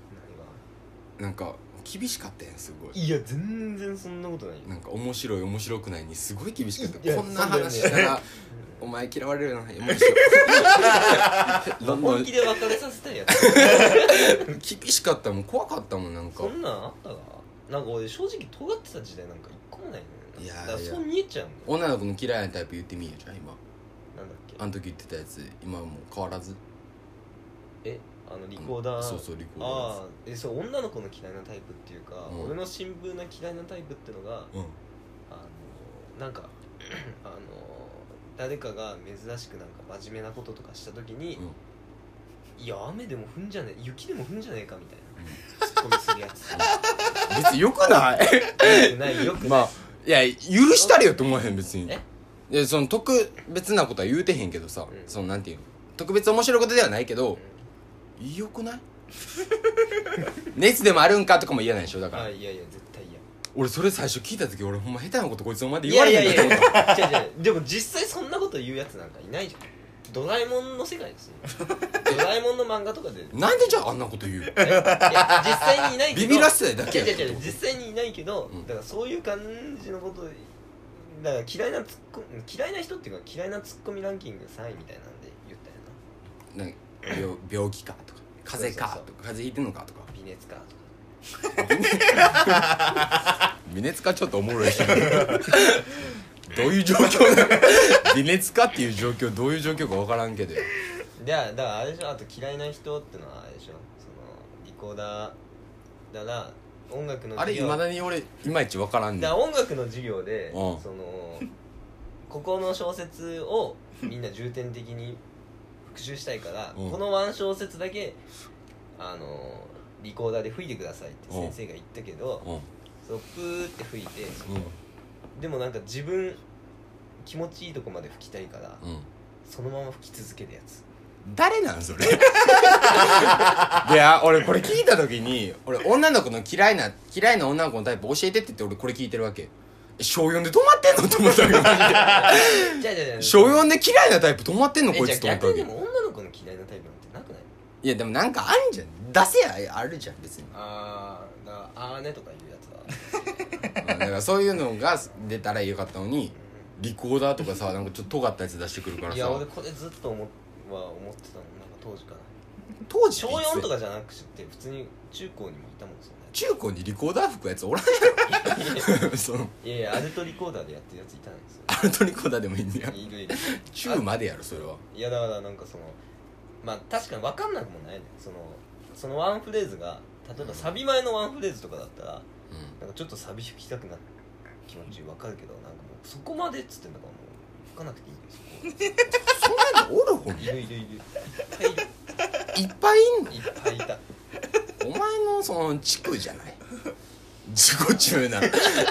B: 何
A: な
B: が
A: んか厳しかったやんすごい
B: いや全然そんなことないよ
A: なんか面白い面白くないにすごい厳しかっ
B: い
A: た
B: や
A: こんな
B: そうだよね
A: 話したらお前嫌われるな面白い どんど
B: 本
A: ん
B: 気で別れさせたいやつ
A: 厳しかったもん怖かったもんなんか
B: そんなんあったかなんか俺正直尖ってた時代なんか一個もないのよ
A: いやー
B: だから
A: いや
B: そう見えちゃうんだ
A: 女
B: よ
A: の子の嫌いなタイプ言ってみよじゃあ今
B: なんだっけ
A: あの時言ってたやつ今はもう変わらず
B: えあのリコーダー
A: そうそうリコーダー
B: ああえそう女の子の嫌いなタイプっていうか、
A: うん
B: 俺の新聞な嫌いなタイプってのが
A: うん
B: あのなんか あの誰かが珍しくなんか真面目なこととかした時に
A: うん、
B: いや雨でも降んじゃねえ雪でも降んじゃねえかみたいなツッコミするやつ
A: 別によくない
B: よくないよくない、
A: まあいや許したれよと思わへん別に
B: え
A: いやその特別なことは言うてへんけどさ、
B: うん
A: そのなんていうの特別面白いことではないけ
B: う
A: ど
B: ん、
A: よくない 熱でもあるんかとかも言えないでしょだから、
B: あいやいや絶対嫌
A: 俺それ最初聞いた時俺ほんま下手なことこいつお前で言われへんかと思っ
B: や 違う違うでも実際そんなこと言うやつなんかいないじゃんドラえもんの世界 ですよドラえもんの漫画とかで
A: たなんでじゃああんなこと言う
B: えいや実際にいないけど
A: ビビらせただけや
B: 違う違う違う実際にいないけど、
A: うん
B: だからそういう感じのことだから嫌いなツッコ嫌いな人っていうか嫌いなツッコミランキング3位みたいなんで言った
A: な
B: よ
A: んか病病気かとか風邪か
B: そう
A: と
B: そ
A: か風邪ひいてんのかとか
B: な微熱かとか
A: 微熱かちょっとおもろいしどういう状況なの微熱かっていう状況どういう状況か分からんけど
B: じゃあだからあれでしょあと嫌いな人ってのはあれでしょそのリコーダーだから音楽の
A: あれい
B: 授業
A: まだに俺いまいち分からんね
B: だ
A: ん
B: から音楽の授業で、
A: うん
B: そのここの小説をみんな重点的に復習したいから、
A: うん
B: このワン小説だけあのリコーダーで吹いてくださいって先生が言ったけど、
A: うん
B: そうプーって吹いて
A: うん
B: でもなんか自分気持ちいいとこまで吹きたいから、
A: うん
B: そのまま吹き続けるや つ
A: 誰なんそれいや俺これ聞いた時に俺女の子の嫌いな嫌いな女の子のタイプ教えてって言って俺これ聞いてるわけえ小4で止まってんのと思ったわけマジ で
B: じゃあじゃあじゃあ
A: 小4で嫌いなタイプ止まってんの
B: え
A: こい
B: じゃあ
A: つと思ったわ
B: 逆に
A: け
B: でも女の子の嫌いなタイプなんてなくない
A: いやでもなんかあんじゃん出せやあるじゃん別に
B: ああだからあーねとか言うやつは
A: うんだからそういうのが出たらよかったのにリコーダーとかさなんかちょっと尖ったやつ出してくるから
B: いや
A: さ
B: 俺これずっと思っは思ってたもんなんか当時から
A: 当時
B: 小4とかじゃなくて普通に中高にもいたもんそんなや
A: 中高にリコーダー吹くやつおらん やろその
B: ついやいやアルトリコーダーでやってるやついたんですよ
A: アルトリコーダーでもいいんだよ
B: いるいる
A: 中までやろそれはい
B: やだからなんかそのまあ確かに分かんなくもないねそのそのワンフレーズが例えばサビ前のワンフレーズとかだったら
A: う
B: なんかちょっとサビ弾きたくなる気持ち分かるけどなんかもうそこまでっつってんだからもう吹かなくていいんですよ
A: んそんなのおるほん
B: いるいるいるいっぱいい
A: い
B: る
A: っぱいいんの
B: いっぱいいた
A: お前のその地区じゃない自己中な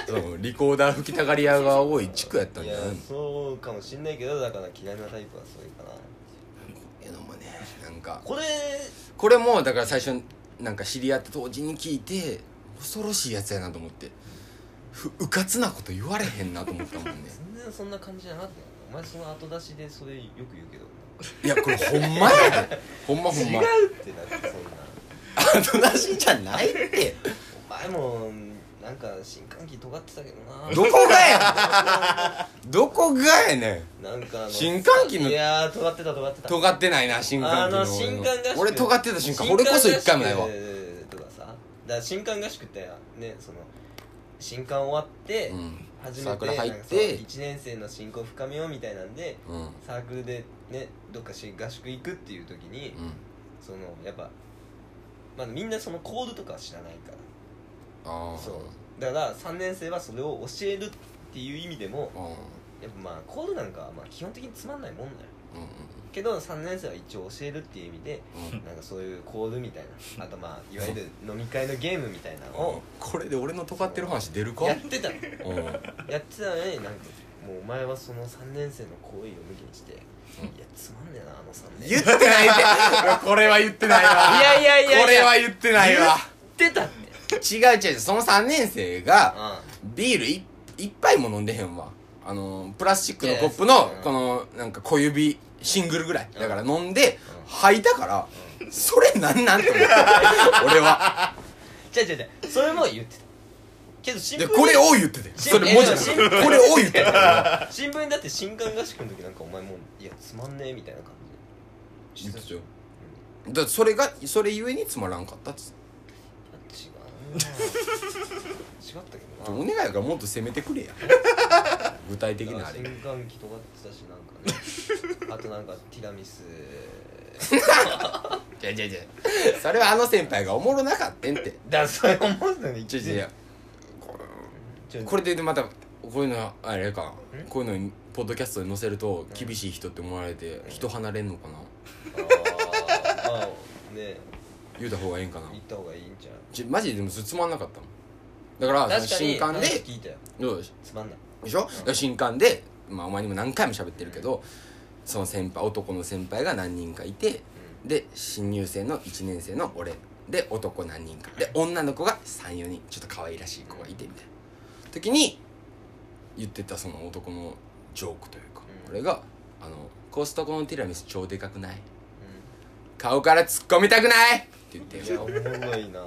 A: そうリコーダー吹きたがり屋が多い地区やったん
B: い
A: じ
B: や
A: ゃないの
B: そうかもしんないけどだから嫌いなタイプはそういうかな
A: けどもねなんか
B: これ
A: これもだから最初なんか知り合った当時に聞いて恐ろしいやつやなと思ってふうかつなこと言われへんなと思ったもんね
B: 全然そんな感じじゃなかったよお前その後出しでそれよく言うけど
A: いやこれほんまやでほんまほんま
B: 違うってなってそんな
A: 後出しじゃないって
B: お前もなんか新歓期尖ってたけどな
A: どこがやどこがやねん
B: なんかあの
A: 新歓期の
B: いやー尖ってた尖ってた
A: 尖ってないな新
B: あ
A: 刊
B: の新刊合宿
A: 俺尖ってた瞬間俺こそ一回もないわ
B: 新歓合宿とかさだから新刊合宿ってねその新刊終わって、
A: うん
B: 初
A: サ
B: め
A: ーク
B: て
A: ル
B: なん
A: 入っ
B: か
A: て
B: そう1年生の進行深めようみたいなんで
A: うんうん
B: サークルでねどっかし合宿行くっていう時に、そのやっぱ、まあ、みんなそのコードとかは知らないか
A: あ
B: ら
A: あ
B: そうだから3年生はそれを教えるっていう意味でも
A: うんうん
B: やっぱまあコードなんかはまあ基本的につまんないもんだよ
A: うん
B: けど3年生は一応教えるっていう意味で
A: うんうん
B: なんかそういうコードみたいなあとまあいわゆる飲み会のゲームみたいなのを
A: これで俺の尖ってる話出るか
B: やってたの
A: うんうん
B: やってたのになんかもうお前はその3年生の行為を抜きにして、いやつまんねえなあの3年
A: 言ってないで これは言ってないわ
B: いやいやいやいや
A: これは言ってないわ
B: 言ってたって
A: 違う違うその3年生が
B: あ
A: ビールい一杯も飲んでへんわあのプラスチックのコップ
B: いやい
A: の
B: やそう
A: このなんか小指シングルぐらい
B: うん
A: だから飲んで
B: うん
A: 吐いたからそれなんなんと思って俺は
B: 違う違う違うそれも言ってたけど新聞
A: で
B: に
A: これを言ってて
B: 新
A: それ文字
B: 新
A: でこれを 言ってて俺は
B: 新聞にだって新刊合宿の時なんかお前もういやつまんねえみたいな感じ
A: 言
B: で
A: ってた
B: い
A: よだからそれがそれゆえにつまらんかったっつって
B: や違うな違ったけ ど
A: お
B: な
A: 願いやからもっと攻めてくれ や具体的なあれ
B: 新刊期とかってたしなんかねあとなんかティラミス
A: じゃじゃじゃそれはあの先輩がおもろなかってんって
B: だそれ思うのに
A: ちょちょいや
B: ちょ
A: これでまたこういうのあれか
B: ん
A: こういうのにポッドキャストに載せると
B: うん
A: 厳しい人って思われて人離れんのかな
B: あーまあね
A: 言うた方がええんかな
B: 行った方がいいんじゃん
A: ちょマジででもそれつまんなかったもんだからその
B: 確かに
A: 新刊で
B: 話聞いたよ
A: どうでし
B: つまんない
A: でしょ、だから新刊で、まあ、お前にも何回も喋ってるけどその先輩男の先輩が何人かいてで新入生の1年生の俺で男何人かで女の子が34人ちょっと可愛らしい子がいてみたいな時に言ってたその男のジョークというか、
B: うん
A: 俺があの「コストコのティラミス超でかくない
B: うん
A: 顔から突っ込みたくない!」って言って
B: いやおもろ いな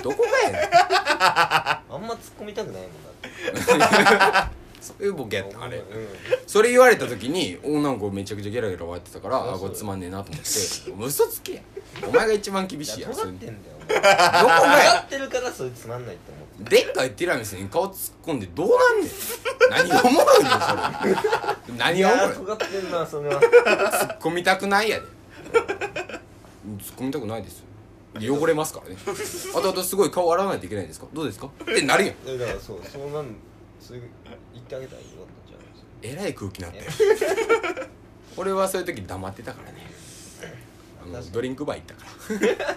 A: どこがやねん
B: あんま突っ込みたくないもんだって
A: そういうボケやったあれ
B: うん
A: それ言われた時に女の子めちゃくちゃゲラゲラ笑ってたから
B: そうそう
A: あこれつまんねえなと思ってもう嘘つけやお前が一番厳しい
B: い
A: や
B: や
A: んそ
B: 尖
A: れ
B: っ
A: ど
B: て
A: こ
B: んだよお前 尖
A: がや
B: ってるからそれつまんないって思って
A: でっかいティラミスに顔突っ込んでどうなんねん何がおもろいのそれ何
B: い
A: がおも
B: や
A: ろい
B: ー尖ってんなそれは
A: 突っ込みたくないやで突っ込みたくないですよ汚れますからねあとあとすごい顔洗わないといけないですかどうですかってなるやん
B: いやだからそうそうなんそういう言ってあげたらよかったんじゃ
A: え
B: ないですか
A: らい空気になったよ俺はそういう時黙ってたからねあの
B: 確かに
A: ドリンクバー行ったか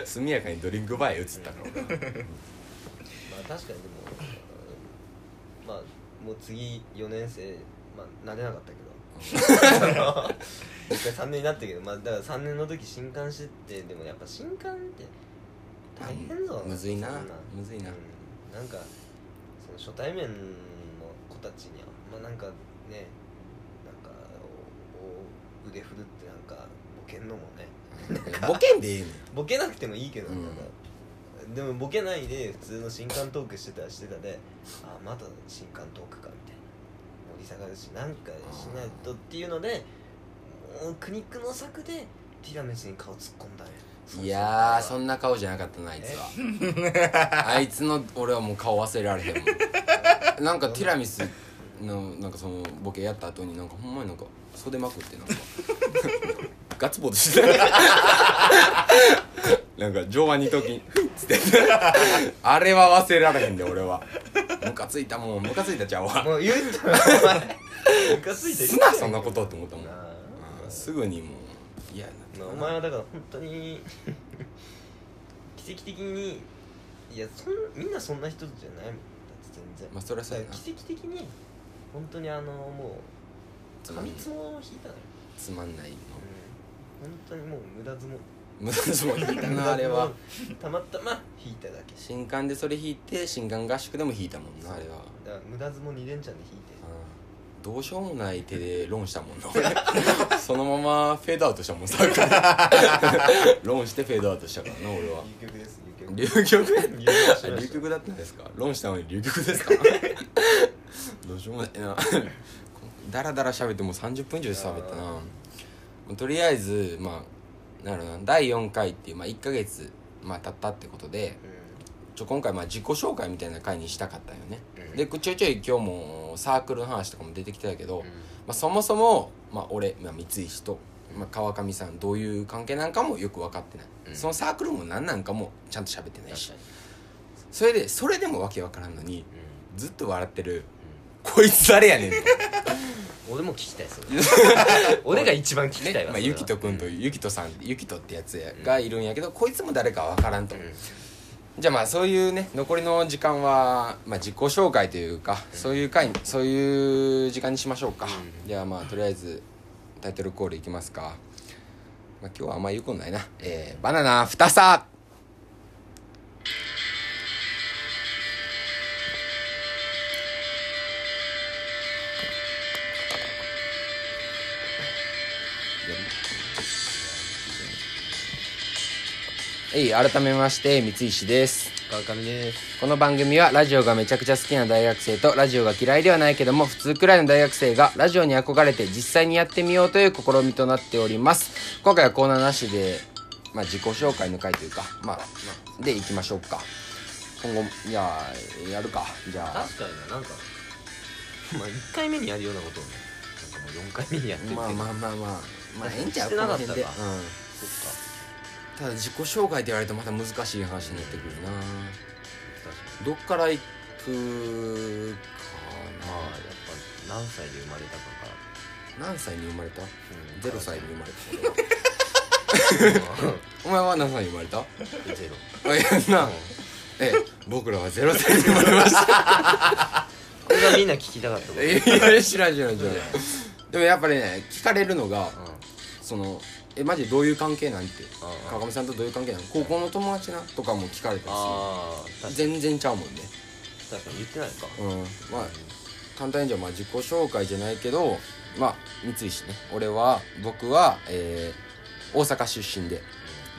A: ら 速やかにドリンクバーへ移ったから俺は
B: まあ確かにでもうんまあもう次4年生まあなれな かったけどあの一回3年になったけどまあだから3年の時新刊しててでもやっぱ新刊って大変ぞ
A: うんむずいな
B: そん
A: むずいな
B: うんなんかその初対面の子たちにはまあなんかねなんかおお腕振るってなんかボケんのもね
A: ボケんでええねん
B: ボケなくてもいいけど、
A: うん
B: なんかでもボケないで普通の新刊トークしてたらしてたであまた新刊トークかみたいな盛り下がるしなんかしないとっていうのでもう苦肉の策でティラミスに顔突っ込んだね
A: いやーそんな顔じゃなかったなあいつは あいつの俺はもう顔忘れられへんもんなんかティラミスのなんかそのボケやった後になんかほんまになんか袖まくって なんかガッツポーズしてたなんか上腕二頭筋ふっつってあれは忘れられへんで俺はムカついたもんムカついたちゃうわ
B: もう言ったらお前ムカついて
A: すなそんなことって思ったもん
B: なあ
A: うんすぐにもう嫌にな
B: お
A: って
B: 前はだから本当に奇跡的にいやそんみんなそんな人じゃないもんだって全然
A: まあそりゃそうやな
B: だから奇跡的に本当にあのも
A: つ
B: う
A: まん
B: 紙つもを引いたのよ、
A: つまんないの
B: うん、本当にもう無駄相撲
A: 無駄 相撲引いたなあれは
B: たまたま引いただけ
A: 新刊でそれ弾いて新刊合宿でも弾いたもんなあれは
B: だから無駄相撲2連チャンで引いて
A: うんどうしようもない手でロンした もんな俺そのままフェードアウトしたもんさっき ロンしてフェードアウトしたからな俺は
B: 流曲です流曲
A: 流局
B: 流局しました
A: 流局だったんですかロンしたのに流局ですかどうしようもないなダラダラ喋ってもう30分以上喋ったな
B: あ
A: もうとりあえずまあなるな第4回っていう、まあ、1ヶ月、まあ、経ったってことで
B: う
A: ちょ今回まあ自己紹介みたいな回にしたかったよね
B: んうん
A: でちょいちょい今日もサークルの話とかも出てきてたけど、
B: うん
A: まあ、そもそも、まあ、俺、まあ、三石と、まあ、川上さんどういう関係なんかもよく分かってない、
B: うん
A: そのサークルも何なんかもちゃんと喋ってない
B: 確
A: し
B: かに
A: それでそれでもわけわからんのに
B: うん
A: ずっと笑ってるこいつ誰やねん みたい
B: うん俺も聞きたいそれ俺が一番聞きた
A: ないね、
B: わ
A: まあ、
B: それ
A: ゆ
B: は
A: きとくんとゆきとさんゆきとってやつやがいるんやけど、こいつも誰かわからんと、
B: うん
A: じゃあまあそういうね残りの時間は、まあ、自己紹介というか、そういう回にそういう時間にしましょうか、
B: う
A: じゃあまあとりあえずタイトルコールいきますか、まあ、今日はあんま言うことないな、えー、バナナ2さえい改めまして三石です
B: 川上です
A: この番組はラジオがめちゃくちゃ好きな大学生とラジオが嫌いではないけども普通くらいの大学生がラジオに憧れて実際にやってみようという試みとなっております今回はコーナーなしで、まあ、自己紹介の回というかまあまあでいきましょうか今後いややるかじゃあ
B: 確かにななんかまあ1回目にやるようなことをねなんかもう4回目にやってるけど
A: まあまあまあまあまあええんちゃう
B: してなかったか
A: この辺でうん
B: そっ
A: ただ自己紹介って言われるとまた難しい話になってくるな
B: か確かに
A: どっから行くか
B: まあやっぱ何歳で生まれたかが
A: な何歳に生まれた
B: うん
A: ゼロ歳に生まれた
B: うん
A: お前は何歳に生まれた
B: ゼロ
A: あいやなえ僕らはゼロ歳に生まれまし
B: これがみんな聞きたかったこと
A: たいや知らん知らん知らんでもやっぱりね聞かれるのが
B: うん
A: そのえマジどういう関係なんって
B: うん
A: 川上さんとどういう関係なん高校の友達なとかも聞かれたり
B: ああ
A: する全然ちゃうもんね
B: 確かに言ってないか
A: うんまあ簡単にじゃまあ自己紹介じゃないけどまあ三石ね俺は僕は、えー大阪出身で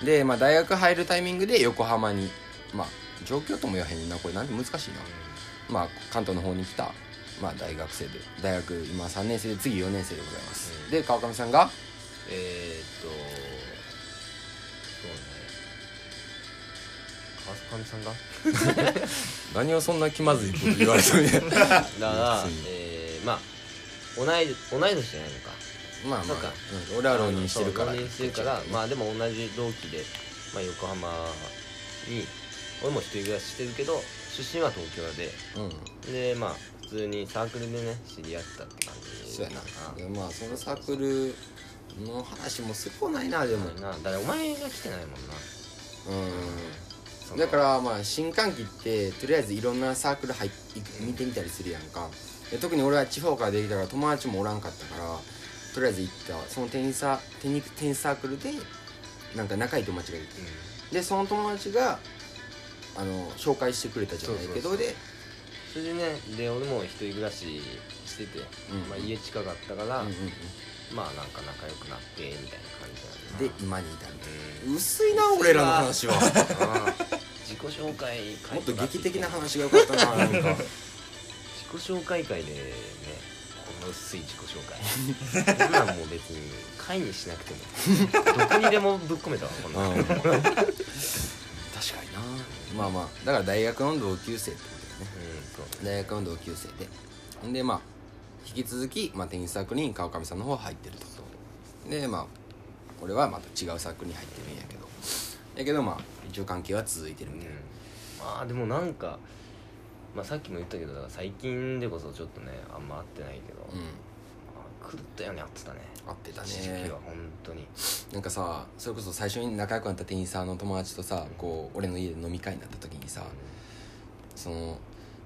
A: で、まあ、大学入るタイミングで横浜にまあ上京とも言わへんねんなこれなんで難しいなまあ、関東の方に来た、まあ、大学生で大学今3年生で次4年生でございます、
B: うん
A: で川上さんが
B: えーっとそうね川上さんが
A: 何をそんな気まずいこと言われて るんや
B: だから
A: 普通に
B: えーまあ同い同い年じゃないのか
A: まあ
B: そ
A: ま
B: うか
A: あ、うん俺は浪人してるから
B: そう浪人してるからまあでも同じ同期で、まあ、横浜に俺も一人暮らししてるけど出身は東京で
A: うん
B: でまあ普通にサークルでね知り合ったって感じ
A: そうやなでまあそのサークルの話もすごないなで
B: で
A: も
B: もなだからお前が来てないもんな
A: う
B: そ
A: ん
B: の
A: だからまあ新歓期ってとりあえずいろんなサークル入っ見てみたりするやんかで特に俺は地方からできたから友達もおらんかったからとりあえず行ったそのテニサテニテニスサークルでなんか仲いい友達がいる
B: うん
A: でその友達があの紹介してくれたじゃないけど
B: そうそうそう
A: で
B: それでねで俺も一人暮らししてて、
A: うん
B: まあ、家近かったから、
A: うんうん
B: まあなんか仲良くなってみたいな感じなん
A: うん
B: で
A: で今に至る
B: うん
A: 薄いな俺らの話 は
B: あー自己紹介会
A: もっと劇的な話がよかったななんか
B: 自己紹介会でねこんな薄い自己 紹介僕らもう別に会にしなくてもどこにでもぶっ込めたわこんな、
A: うん 確かになまあまあだから大学の同級生ってことだね
B: そう
A: 大学の同級生でほんでまあ引き続き、まあ、テニスサークルに川上さんの方入ってるとでまあ俺はまた違うサークルに入ってるんやけどやけどまあ一応関係は続いてるみたいな
B: まあでもなんか、まあ、さっきも言ったけどだから最近でこそちょっとねあんま会ってないけど、
A: うん、
B: あ狂ったように会ってたね
A: 合ってた
B: 一時期
A: ね
B: は本当に
A: なんかさそれこそ最初に仲良くなったテニサーの友達とさこう俺の家で飲み会になった時にさその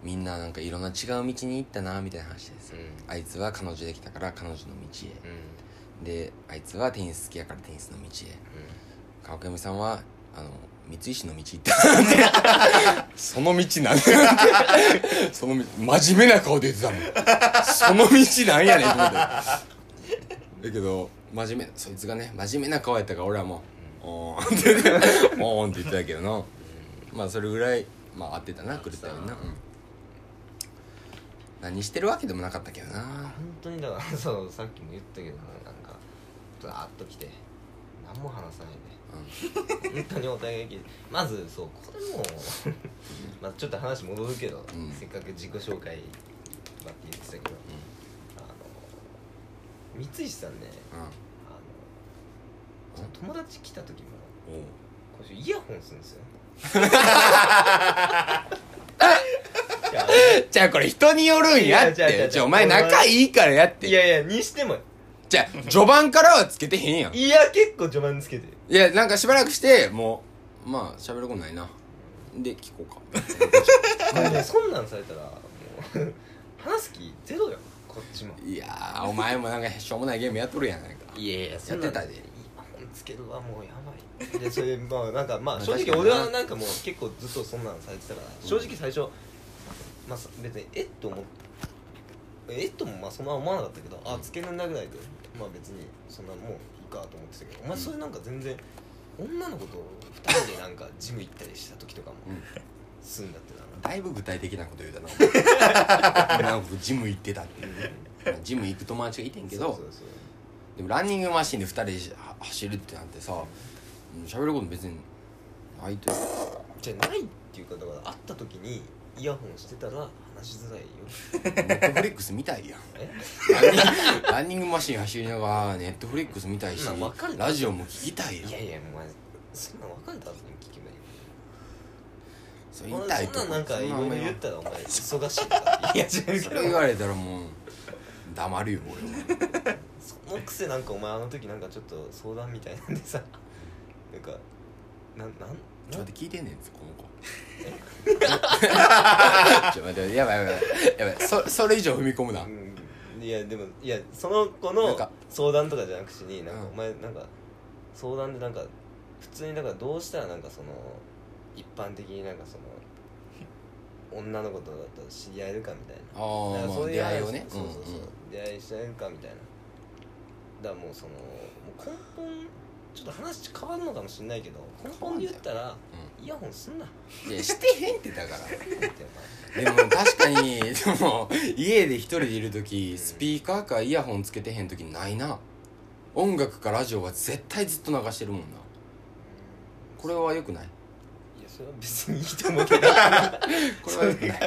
A: みんななんかいろんな違う道に行ったなみたいな話です
B: うん
A: あいつは彼女できたから彼女の道
B: うん
A: へであいつはテニス好きやからテニスの道へ川上さんはあの三石の道行った その道なんやその道真面目な顔で言ってたもんその道なんやねんと思ってだけど真面目そいつがね真面目な顔やったから俺はもう「おーん」って言って「おーん」って言ってたけどなまあそれぐらいまあ合ってたな狂ったよな、うん何してるわけでもなかったけどな
B: 本当にだからそうさっきも言ったけどなんかちょっとあっときて何も話さないね本当にお互い聞いてまずそうこれも まあちょっと話戻るけど、
A: うん
B: せっかく自己紹介ばって言ってたけど、あの三石さんねあのその友達来た時も
A: うんうん
B: こうイヤホンするんですよいや
A: じゃあこれ人によるんやっ
B: いやいやい
A: て
B: や
A: じゃあお前仲いいからやって
B: いやいやにしても
A: じゃあ序盤からはつけてへんやんい
B: いや結構序盤つけてる
A: やなんかしばらくしてもうまあ喋ることないなで聞こう か
B: でもそんなんされたらもう 話す気ゼロよこっちも
A: いやーお前もなんかしょうもないゲームやっとるやないか
B: いやいや
A: そんなん
B: でイヤホンつけるわもうやばいでそ れでまあなんか
A: ま
B: まあ
A: あ
B: 正
A: 確
B: 直
A: かに
B: 俺はなんかもう結構ずっとそんなんされてたから正直最初まあ別にえっと思っえっともまあそんな思わなかったけどあつけるんだぐらいでまあ別にそんなもういいかと思ってたけどお前それなんか全然女の子と二人でなんかジム行ったりした時とかも
A: うん
B: するんだってな
A: だいぶ具体的なこと言うた ななんかジム行ってたっていうまあジム行く友達がいてんけど
B: そうそうそう
A: でもランニングマシンで2人でしは走るってなってさうん喋ること別にないというか
B: じゃないっていうかだから会った時にイヤホンしてたら話しづ らいよ
A: ネットフリックス見たいやん
B: え
A: ランニングランニングマシン走りながらネットフリックス見たいし
B: まあわかる
A: ラジオも聞きたいやん
B: いやいやお前そんなん別れた後に聞けばいい
A: そ
B: そ
A: れ
B: ん
A: 痛いと
B: なんなんかい
A: そ
B: ろいろ
A: んな
B: 言ったらお前忙しいからいや違うけ
A: そ
B: ど
A: れ言われたらもう黙るよ俺は
B: そのくせなんかお前あの時なんかちょっと相談みたいなんでさなんかなんなん
A: ちょ
B: な
A: っ
B: ん
A: と聞いてんねんぞこの子 ちょ待ってやばいやばいやばいそそれ以上踏み込むな
B: うんいやでもいやその子
A: な
B: の
A: んか
B: 相談とかじゃなくしになんか
A: うん
B: お前なんか相談でなんか普通にだからどうしたらなんかその一般的になんかその女の子とだと知り合えるかみたいな
A: あー
B: だから
A: まあ
B: そういう
A: 出
B: 話
A: 会いをね
B: そうそうそう、
A: うんうん
B: 出会いしちゃえるかみたいなだからもうそのもう根本ちょっと話変わるのかもしれないけど根本で言ったらイヤホンすんなって
A: いやしてへんってだか
B: 言って
A: らでも確かにでも家で一人でいる時スピーカーかイヤホンつけてへん時ないな音楽かラジオは絶対ずっと流してるもんなこれはよくない
B: いやそれは別にいいと思う けど
A: これは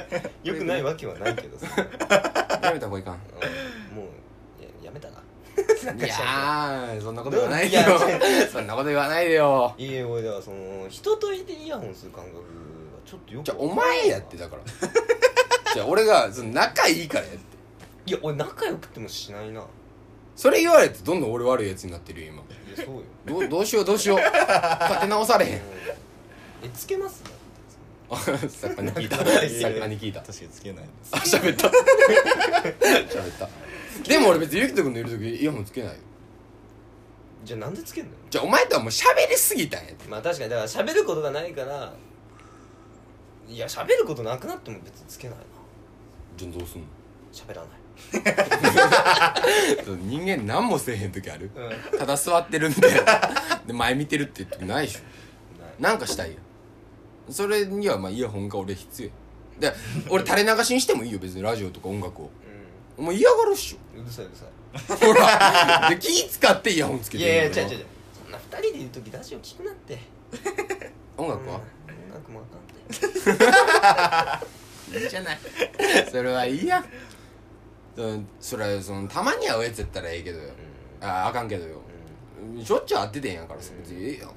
A: よくない
B: よくないわけはないけどさ、
A: やめた方がいいかん
B: うんもうややめた ななん
A: い
B: か
A: や
B: しちゃ
A: ーそんなこと言わないでよ
B: いや
A: そんなこと言わないでよ
B: ういや俺だからその人といてイヤホンする感覚がちょっとよく
A: じゃあお前やってだからじゃあ俺がその仲いいからやって
B: いや俺仲良くてもしないない
A: それ言われてどんどん俺悪いやつになってるよ今
B: やそうよ
A: どうどうしようどうしよう立て直されへん
B: えつけます
A: あ作家に聞いた
B: い
A: 作
B: やいや
A: 家に聞いた
C: 確かにつけないです
A: あ喋った喋ったでも俺別にゆきとくんのいる時イヤホンつけないよ
B: じゃあなんでつけんのよ
A: じゃあお前とはもう喋りすぎたんやって
B: まあ確かにだから喋ることがないからいや喋ることなくなっても別につけないな
A: じゃあどうすんの
B: 喋らない
A: 人間何もせえへん時ある
B: うんない
A: ただ座ってるみたいなで前見てるって時ないでしょなんかしたいよそれにはまあイヤホンが俺必要やで俺垂れ流しにしてもいいよ別にラジオとか音楽をお前嫌がるっし
B: うんうるさいうるさ
A: ょほらで気使ってイヤホンつけ
B: い
A: て
B: い
A: んの
B: やいや違う違う違うそんな二人でいる時ラジオ聞くなって
A: 音楽は、
B: うん音楽もあかんって
A: いいじゃないそれはいいやうんそれはそのたまに会うやつやったらええけどよ
B: う
A: ああかんけどよしょっちゅう会っててんやからさ
B: うん
A: 別にええやん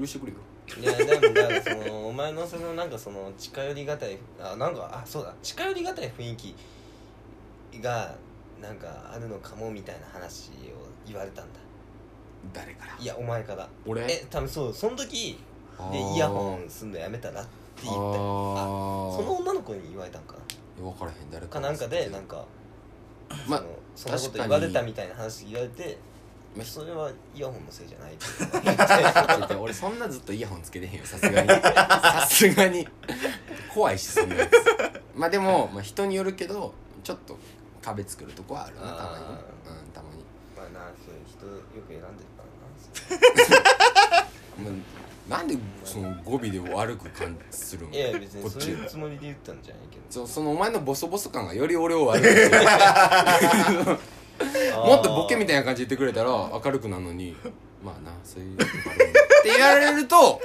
A: 許してくれよ
B: んいやでもだからそのお前のそのなんかその近寄りがたいあなんかあそうだ近寄りがたい雰囲気がなんかあるのかもみたいな話を言われたんだ
A: 誰から
B: いやお前から
A: 俺
B: え多分そうその時
A: あ
B: で
A: ー
B: イヤホンすんのやめたらって言った
A: あ
B: よあ
A: ー
B: その女の子に言われたんか
A: いや分からへん誰
B: なかなんかでなん
A: か
B: か
A: ま
B: そのそんなこと
A: 確か
B: 言
A: に
B: われたみたいな話言われて
A: ま
B: それはイヤホンのせいじゃないって
A: ちょっと俺そんなずっとイヤホンつけてへんよさすがにさすがに怖いしそんなやつまあでも、まあ、人によるけどちょっと壁作るとこはあるなたまにねうんたまに
B: まあなそういう人よく選んでるからな
A: まあなんでその語尾で悪く感じするん
B: いやいや別に
A: こっ
B: そう
A: ち
B: いうつもりで言ったんじゃないけ
A: そそのお前のボソボソ感がより俺を悪くする
B: ど
A: もっとボケみ
B: た
A: た
B: い
A: いな感じで言ってくれたら明るくなるのにまあなそういうって言われると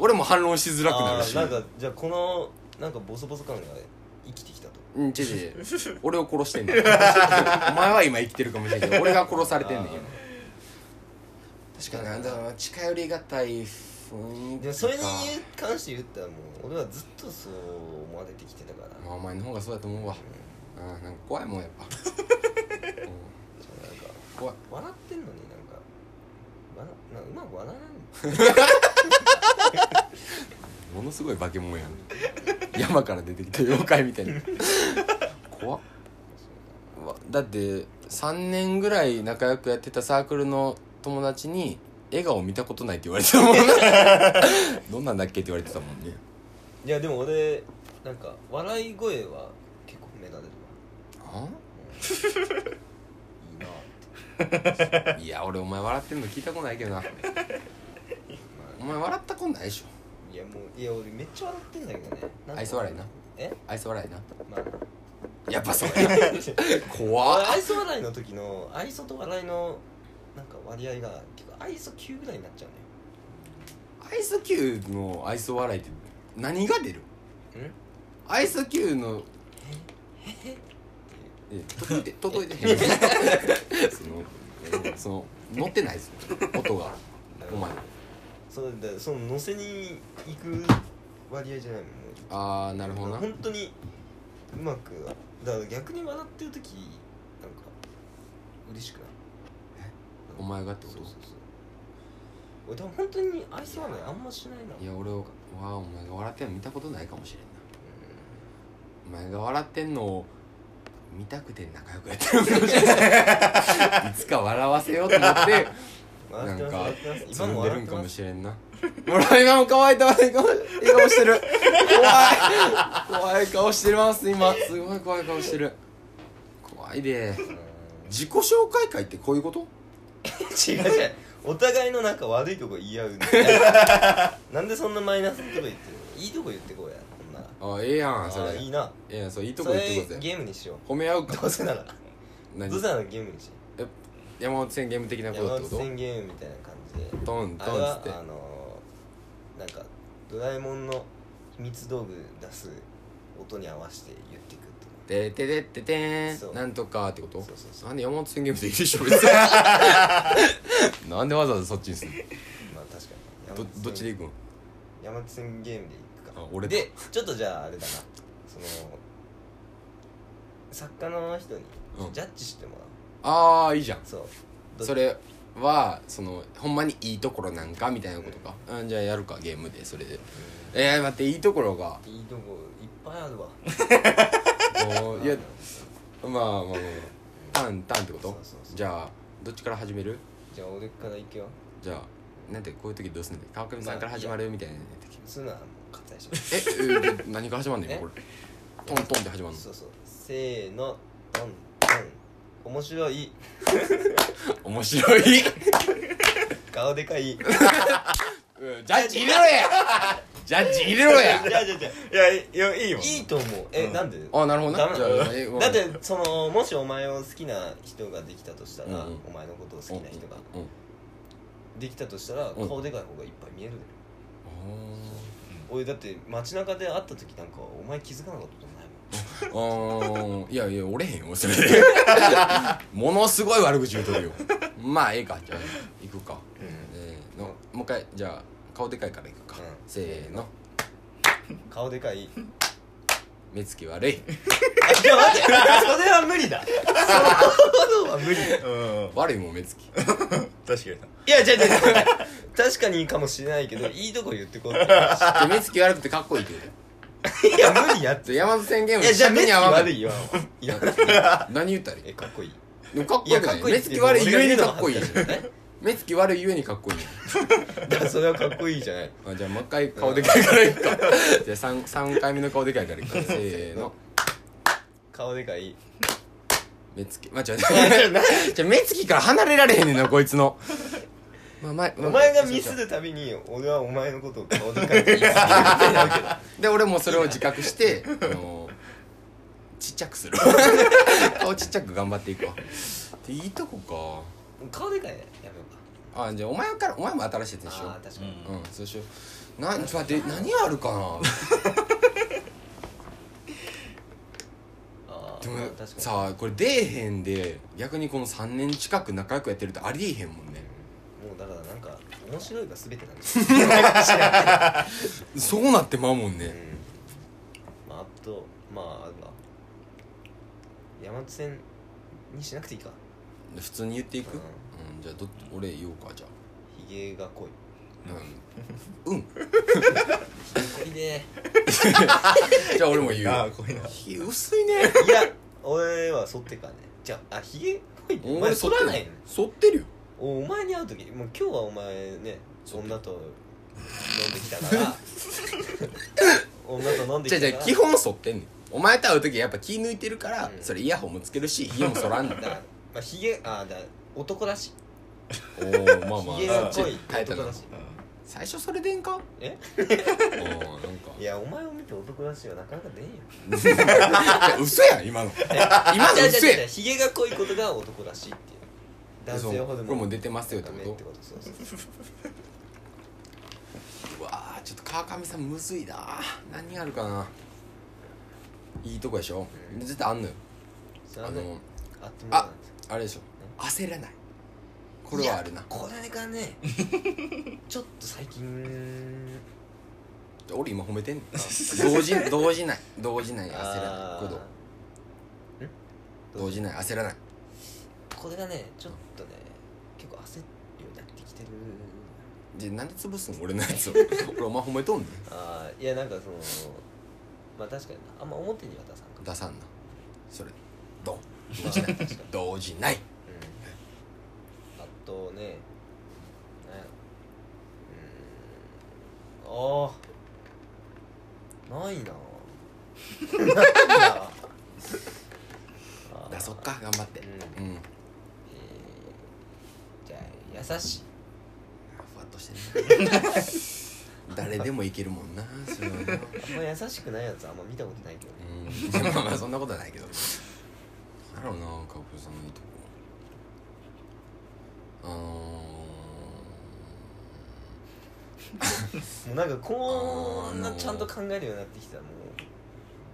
A: 俺も反論しづらくなるし
B: あーなんかじゃあこのなんかボソボソ感が生きてきたと
A: うん違う違う 俺を殺してんねんお前は今生きてるかもしれんけど俺が殺されてんねん今確かになんだろうな近寄りがたい雰囲気か
B: でもそれに関して言ったらもう俺はずっとそう思われてきてたから、
A: まあお前の方がそうだと思うわうんなんか怖いもんやっぱうん
B: そうなんか
A: 怖い
B: 笑ってんのになんかわななんかうまく笑わない
A: ものすごい化け物やん 山から出てきた妖怪みたいな怖っうわだって3年ぐらい仲良くやってたサークルの友達に笑顔見たことないって言われてたも んねどんなんだっけって言われてたもんね
B: いやでも俺なんか笑い声は結構 目立てる
A: あ
B: わいいなって
A: いや俺お前笑ってんの聞いたことないけどなお前笑ったことないでしょ
B: いやもういや俺めっちゃ笑ってんだけどねなんか
A: 愛想笑いな
B: え
A: 愛想笑いな
B: まあ
A: やっぱそうや怖っ
B: 俺愛想笑いの時の愛想と笑いのなんか割合が結構愛想9ぐらいになっちゃう
A: アイスキューの愛想笑いって何が出る
B: ねん
A: アイスキューのえ届いて届いてへんそのその乗ってないです音がお前
B: それでその乗せに行く割合じゃないもんもう
A: ああなるほどな
B: 本当にうまくだから逆に笑ってる時なんか嬉しくない
A: お前がってこと
B: そうそうそう俺多分本当に愛想笑いあんましないない
A: や俺はお前が笑ってんの見たことないかもしれんなお前が笑ってんのを見たくて仲良くやってるかもしれ ないいつか笑わせようと思 って
B: 笑ってます笑ってます
A: 積
B: 今
A: ん
B: も
A: でる
B: 笑っ
A: ん
B: て
A: かも
B: ます
A: しれんな俺は今も可愛い笑顔笑顔してる怖い怖い顔してます今すごい怖い顔してる怖いで自己紹介会ってこういうこと
B: うん違う違うお互いのなんか悪いとこ言い合う なんでそんなマイナスのとこ言ってるいいとこ言ってこうやこんな
A: あええやんそ
B: あ
A: れ
B: ーいいな
A: ええやんそういいと
B: そ
A: こ言って
B: れ
A: こうぜ
B: ゲームにしよ
A: 褒め合う
B: うど
A: か
B: うせなら
A: 何
B: どうせならゲームにしよ
A: え山手線ゲーム的な
B: う
A: こと
B: 山
A: って
B: 手
A: こと
B: 線ゲームみたいな感じで
A: トン
B: あ
A: トン
B: れ
A: っつ
B: は
A: って
B: あのー、なんかドラえもんの秘密道具出す音に合わせて言っていくとか
A: 「てててててー
B: そ
A: ん
B: う
A: なんとか」ってこと
B: そうそうそう
A: なんで山手線ゲームでいいでしょ別に なんでわざわざそっちにすんの
B: まあ確か
A: ど
B: に山手線
A: どっちで行くん
B: 山手線ゲームでいくか
A: あ俺だ
B: でちょっとじゃああれだなその作家の人に
A: うん
B: ジャッジしてもらおう、
A: ああいいじゃん
B: そうど
A: それはそのほんまにいいところなんかみたいなことか、うん、じゃあやるかゲームでそれでえー、待っていいところ が
B: いいとこいっぱいある わ
A: もういや
B: じ
A: まあまあまあまあタンタンってこと
B: そうそうそう
A: じゃあどっちから始める
B: ゃあ俺から行くよ
A: じゃあなんてこういう時どうすんの川上さんから始まるみたいな時
B: するならもう割愛しま
A: ええー何から始まんねん
B: え
A: これトントンって始まんの
B: そうそうせーのドンドン面白い
A: 面 白い
B: 顔でかい
A: うんジャッジ入れろや ジャッジ入れろや
B: じゃあじゃあじゃ
C: いやいやいいよ
B: あいいと思うえ、
C: うん
B: なんで
A: あなるほど
B: ダ
A: な
B: メ
A: じゃ
B: な
A: あ
B: の
A: え
B: だってそのもしお前を好きな人ができたとしたら、
A: うんうん
B: お前のことを好きな人が
A: うんうん
B: できたとしたら、
A: うん
B: 顔でかい方がいっぱい見えるね
A: あー
B: 俺だって街中で会った時なんかお前気づかなかったことないもん
A: うーんいやいや折れへんよそれで ものすごい悪口言うとるよまあええかじゃあ行くか、えーのもう一回じゃあ顔でかいから行くか、
B: うん
A: せーの
B: 顔でか いい
A: 目つき悪い
B: や待ってそれは無理だそのは無理だ
C: うん
A: 悪いもん目つき
C: 確かにない
B: や違う違う違う確かにいいかもしれないけどいいとこ言ってこうっていや
A: で目つき悪くてかっこいいって言う
B: 無理やって
A: て山手線ゲーム
B: いやじゃあ
A: 尺
B: 目つき
A: に合わん
B: 悪いよいや
A: 何言ったらいい
B: えかっこいい
A: でもかっこ
B: い
A: よ
B: や
A: くな
B: か
A: い
B: っこいい
A: 目つき悪いゆえにかっこいい
B: じゃない
A: 目つき悪いゆえにかっこいい
B: だからそれはかっこいいじゃない
A: あじゃあもう一回顔でかいから行くかじゃあ 3, 三回目の顔でかいから行くかせーの
B: 顔でかい
A: 目つきまあ、ちょ、じゃ目つきから離れられへんねんなこいつのまあ前
B: お前がミスるたびに俺はお前のことを顔でかいって言い過ぎるみたいになるけど
A: で俺もそれを自覚してあのちっちゃくする顔ちっちゃく頑張っていくわでいいとこか
B: 顔でかいねやめようか
A: あじゃあお前からお前も新しいやつにしよ
B: あ
A: う
B: ー確かに、
C: う
A: う
C: ん
A: んそうしようなんちょっと待って何あるかな
B: あ
A: でも
B: ー確かに
A: さあこれ出えへんで逆にこの3年近く仲良くやってるってありえへんもんね
B: もうだからなんか面白いが全てなんです
A: そうなってまうもんね
B: うんまああとまああれだ山手線にしなくていいか
A: 普通に言っていく
B: うん
A: うんじゃあど俺言おうかじゃ
B: ひげが濃い
A: あうん、うん、
B: 濃いね
A: じゃあ俺も言う
C: ああ
A: よ
C: こういうの
A: ひ薄いね
B: いや俺は剃ってっからねじゃああひげ濃いねお前剃らないの
A: 剃ってるよ
B: おお前に会う時もう今日はお前ね女と飲んできたから 女と飲んでき
A: じゃ
B: た
A: あじ
B: から
A: ゃあ基本剃ってんねんお前と会う時やっぱ気抜いてるから、
B: うん
A: それイヤホンもつけるし家も剃らんねん
B: だからまあひげあだから男らしい
A: おーまあまあ
B: ひげが
A: そ
B: 濃
A: っ
B: い
A: ち変えた
B: 男
A: な
B: らしい
A: 最初それでんか
B: え
A: おーなんか
B: いやお前を見て男らしいはなかなか出んよ
A: 嘘やん 今の今の嘘やん
B: ひげが濃いことが男らしいっていう男性ほど
A: これもう出てますよって
B: ダ
A: こ
B: メ
A: と
B: ってことそうそう
A: うわーちょっと川上さんむずいな何あるかないいとこでしょ
B: うん
A: 絶対あんのよ
B: それ
A: あ
B: はね
A: の
B: あってもらわないと
A: あれでしょ焦らないこれはあるない
B: やこれがねちょっと最近
A: 俺今褒めてんねん 動じ動じない動じない焦らないこと
B: ー
A: 動じない焦らない
B: これがねちょっとね結構焦るようになってきてる
A: じゃあなんで潰すん俺のや つを俺お前褒めとんねん
B: あーいやなんかそのまあ確かになあんま表には出さん か
A: 出さんなそれど
B: まあ確かに
A: 動じない
B: うんあとねなんやろうーんああな いなないなあー
A: 出そっか頑張って
B: うん
A: うん
B: えーじゃあ優しい
A: ふわっとしてんな 誰でもいけるもんなそれはな
B: あんま優しくないやつあんま見たことないけどね
A: うんまあまあそんなことはないけどなんだろうなカブさんのいいとこあ
B: もうなんかこんなちゃんと考えるようになってきたらもう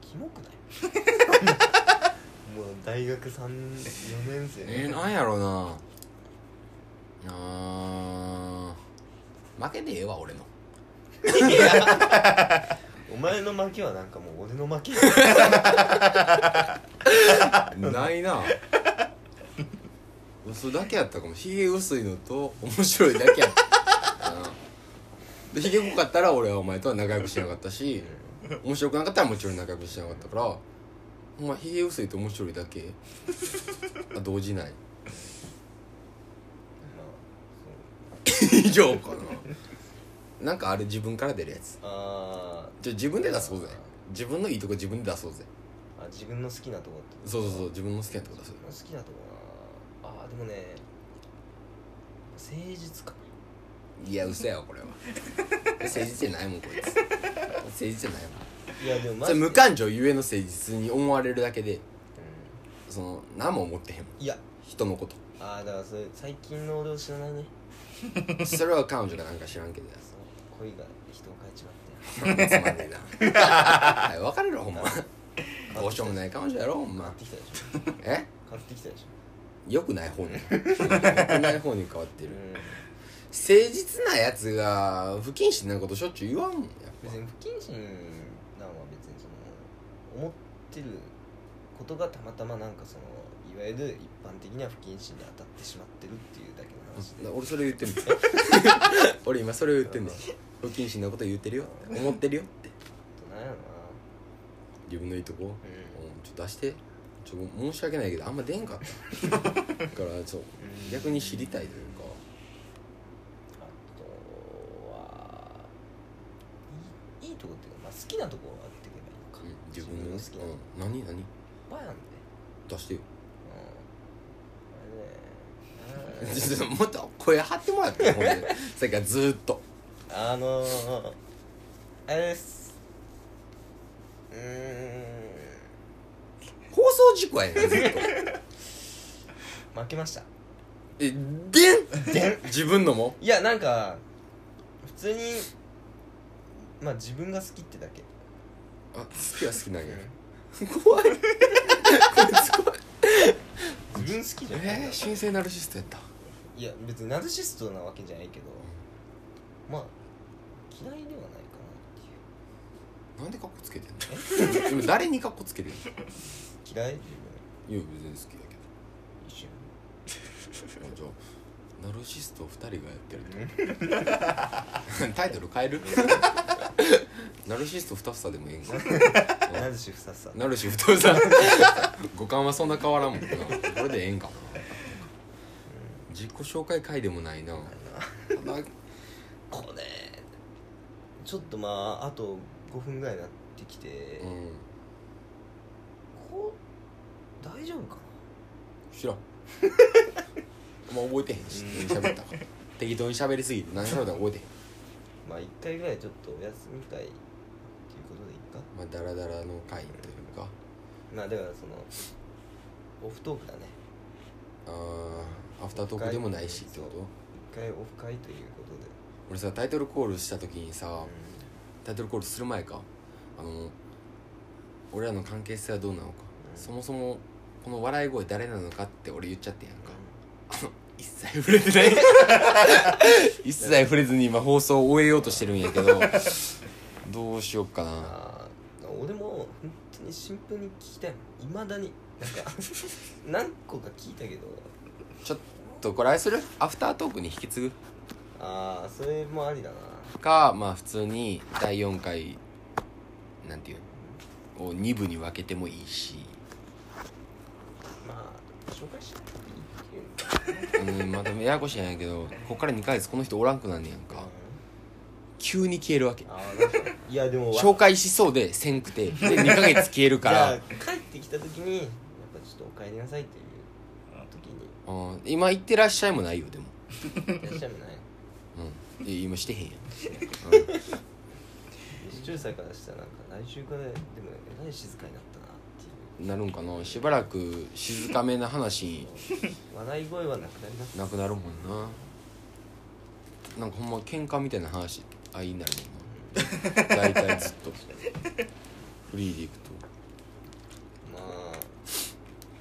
B: キモくない もう大学34年生
A: ーえー、なんやろうなあー負けでええわ俺の
B: いやお前の負けはなんかもう俺の 負け
A: ないな嘘だけやったかもひげ薄いのと面白いだけやったなでひげ濃かったら俺はお前とは仲良くしてなかったし面白くなかったらもちろん仲良くしてなかったからお前ひげ薄いと面白いだけ あ動じない以上かななんかあれ自分から出るやつ
B: ああ
A: じゃあ自分で出そうぜ自分のいいとこ自分で出そうぜ
B: ーあ自分の好きなとこって
A: そうそうそう自分の好きなとこ出そう
B: 好きなとこなあーでもね誠実か
A: いや嘘やわこ れは誠実じゃないもんこいつ誠実じゃないもん
B: いやでもマ
A: そ
B: ジ
A: れ
B: で
A: 無感情ゆえの誠実に思われるだけで
B: う
A: その何も思ってへんもん
B: んいや
A: 人のこと
B: ああだからそれ最近の俺を知ら ないね
A: それは彼女がなんか知らんけど や
B: そう恋が人を変えちまっ
A: つまんねえ なはい別れろほんま どうしようもない彼女やろほん
B: て買
A: ま
B: ってきたでし
A: え
B: ょ買ってきたでし
A: 良くない方に良くない方に変わってる
B: ょうん
A: 誠実なやつが不謹慎なことしょっちゅう言わんもんやっ
B: 別に不謹慎なんは別にその思ってることがたまたまなんかそのいわゆる一般的には不謹慎に当たってしまってるっていうだけの話で
A: ぱ俺それ言 ってんの俺今それを言ってんの不謹慎なこと言ってるよ思ってるよって
B: となんやろ
A: 自分のいいとこ
B: なうん
A: うんちょっと出してちょっと申し訳ないけどあんま出んかった だからそう
B: うん
A: 逆に知りたいというか
B: あとはいいいいとこっていうか、まあ、好きなとこを上げていけばいいのか、
A: うん自分の
B: 自分の好き
A: う
B: な
A: ん、何何
B: バーなんで
A: 出してよ
B: うんあれね
A: ちょっともっと声張ってもらってほん でさっきからずーっと
B: あのー、あれですうーん
A: 放送事故やねんずっ
B: 負けました
A: えでんでん自分のも
B: いやなんか普通にまあ自分が好きってだけ
A: あ好きは好きなんや
B: 怖い自分好きじゃない、
A: えー、新生ナルシストやった
B: いや別にナルシストなわけじゃないけどまあ嫌いではないかな
A: なんでカッコつけてん の今誰にカッコつけてんの
B: っていう嫌い自分
A: いや別に好きだけ
B: 一瞬
A: どあじゃあナルシスト2人がやってるって タイトル変えるナルシスト2房でもええんか
B: ナルシフサさ
A: なるし太さ 五感はそんな変わらんもんなこれでええんかもな自己紹介会でもないなただ
B: これちょっとまああと5分ぐらいになってきて、
A: うん
B: こう大丈夫かな
A: 知 らんあんま覚えてへんし
B: うん
A: 喋ったから適当に喋りすぎて何喋ったか覚えてへん
B: まあ1回ぐらいちょっとお休み会っていうことでいいか
A: まあダラダラの会というか
B: まあだからそのオフトークだね
A: あーアフタートークでもないしってこと
B: 一回オフ会ということで
A: 俺さタイトルコールした時にさ、タイトルコールする前かあの俺らの関係性はどうなのか、
B: うん
A: そもそもこの笑い声誰なのかって俺言っちゃってんやんか、一切触れてない 一切触れずに今放送を終えようとしてるんやけどどうしよっか
B: うん
A: な
B: あー俺も本当にシンプルに聞きたいいまだ になんか何個か聞いたけど
A: ちょっとこれあれするアフタートークに引き継ぐ
B: ああそれもありだな
A: かまあ普通に第4回なんていうのを2部に分けてもいいし
B: まあ紹介していいっていうの
A: うんまたややこしいんやけどこっから2ヶ月この人おらんくなんねやんか
B: か
A: 急に消えるわけ
B: あーなんかいやでも
A: 紹介しそうでせんくてで2ヶ月消えるか ら
B: じゃあ帰ってきた時にやっぱちょっとお帰りなさいっていう時に
A: うん今行ってらっしゃいもないよでも、
B: いらっしゃるない
A: うん、いや今してへんやん、うん
B: 視聴者からしたらなんか来週からでもえらい静かになったなってい
A: なるんかなしばらく静かめな話
B: う笑い声はなくなります
A: なくなるもんななんかほんま喧嘩みたいな話あいいなるねんな大体ずっとフリーでいくと
B: まあ、終わ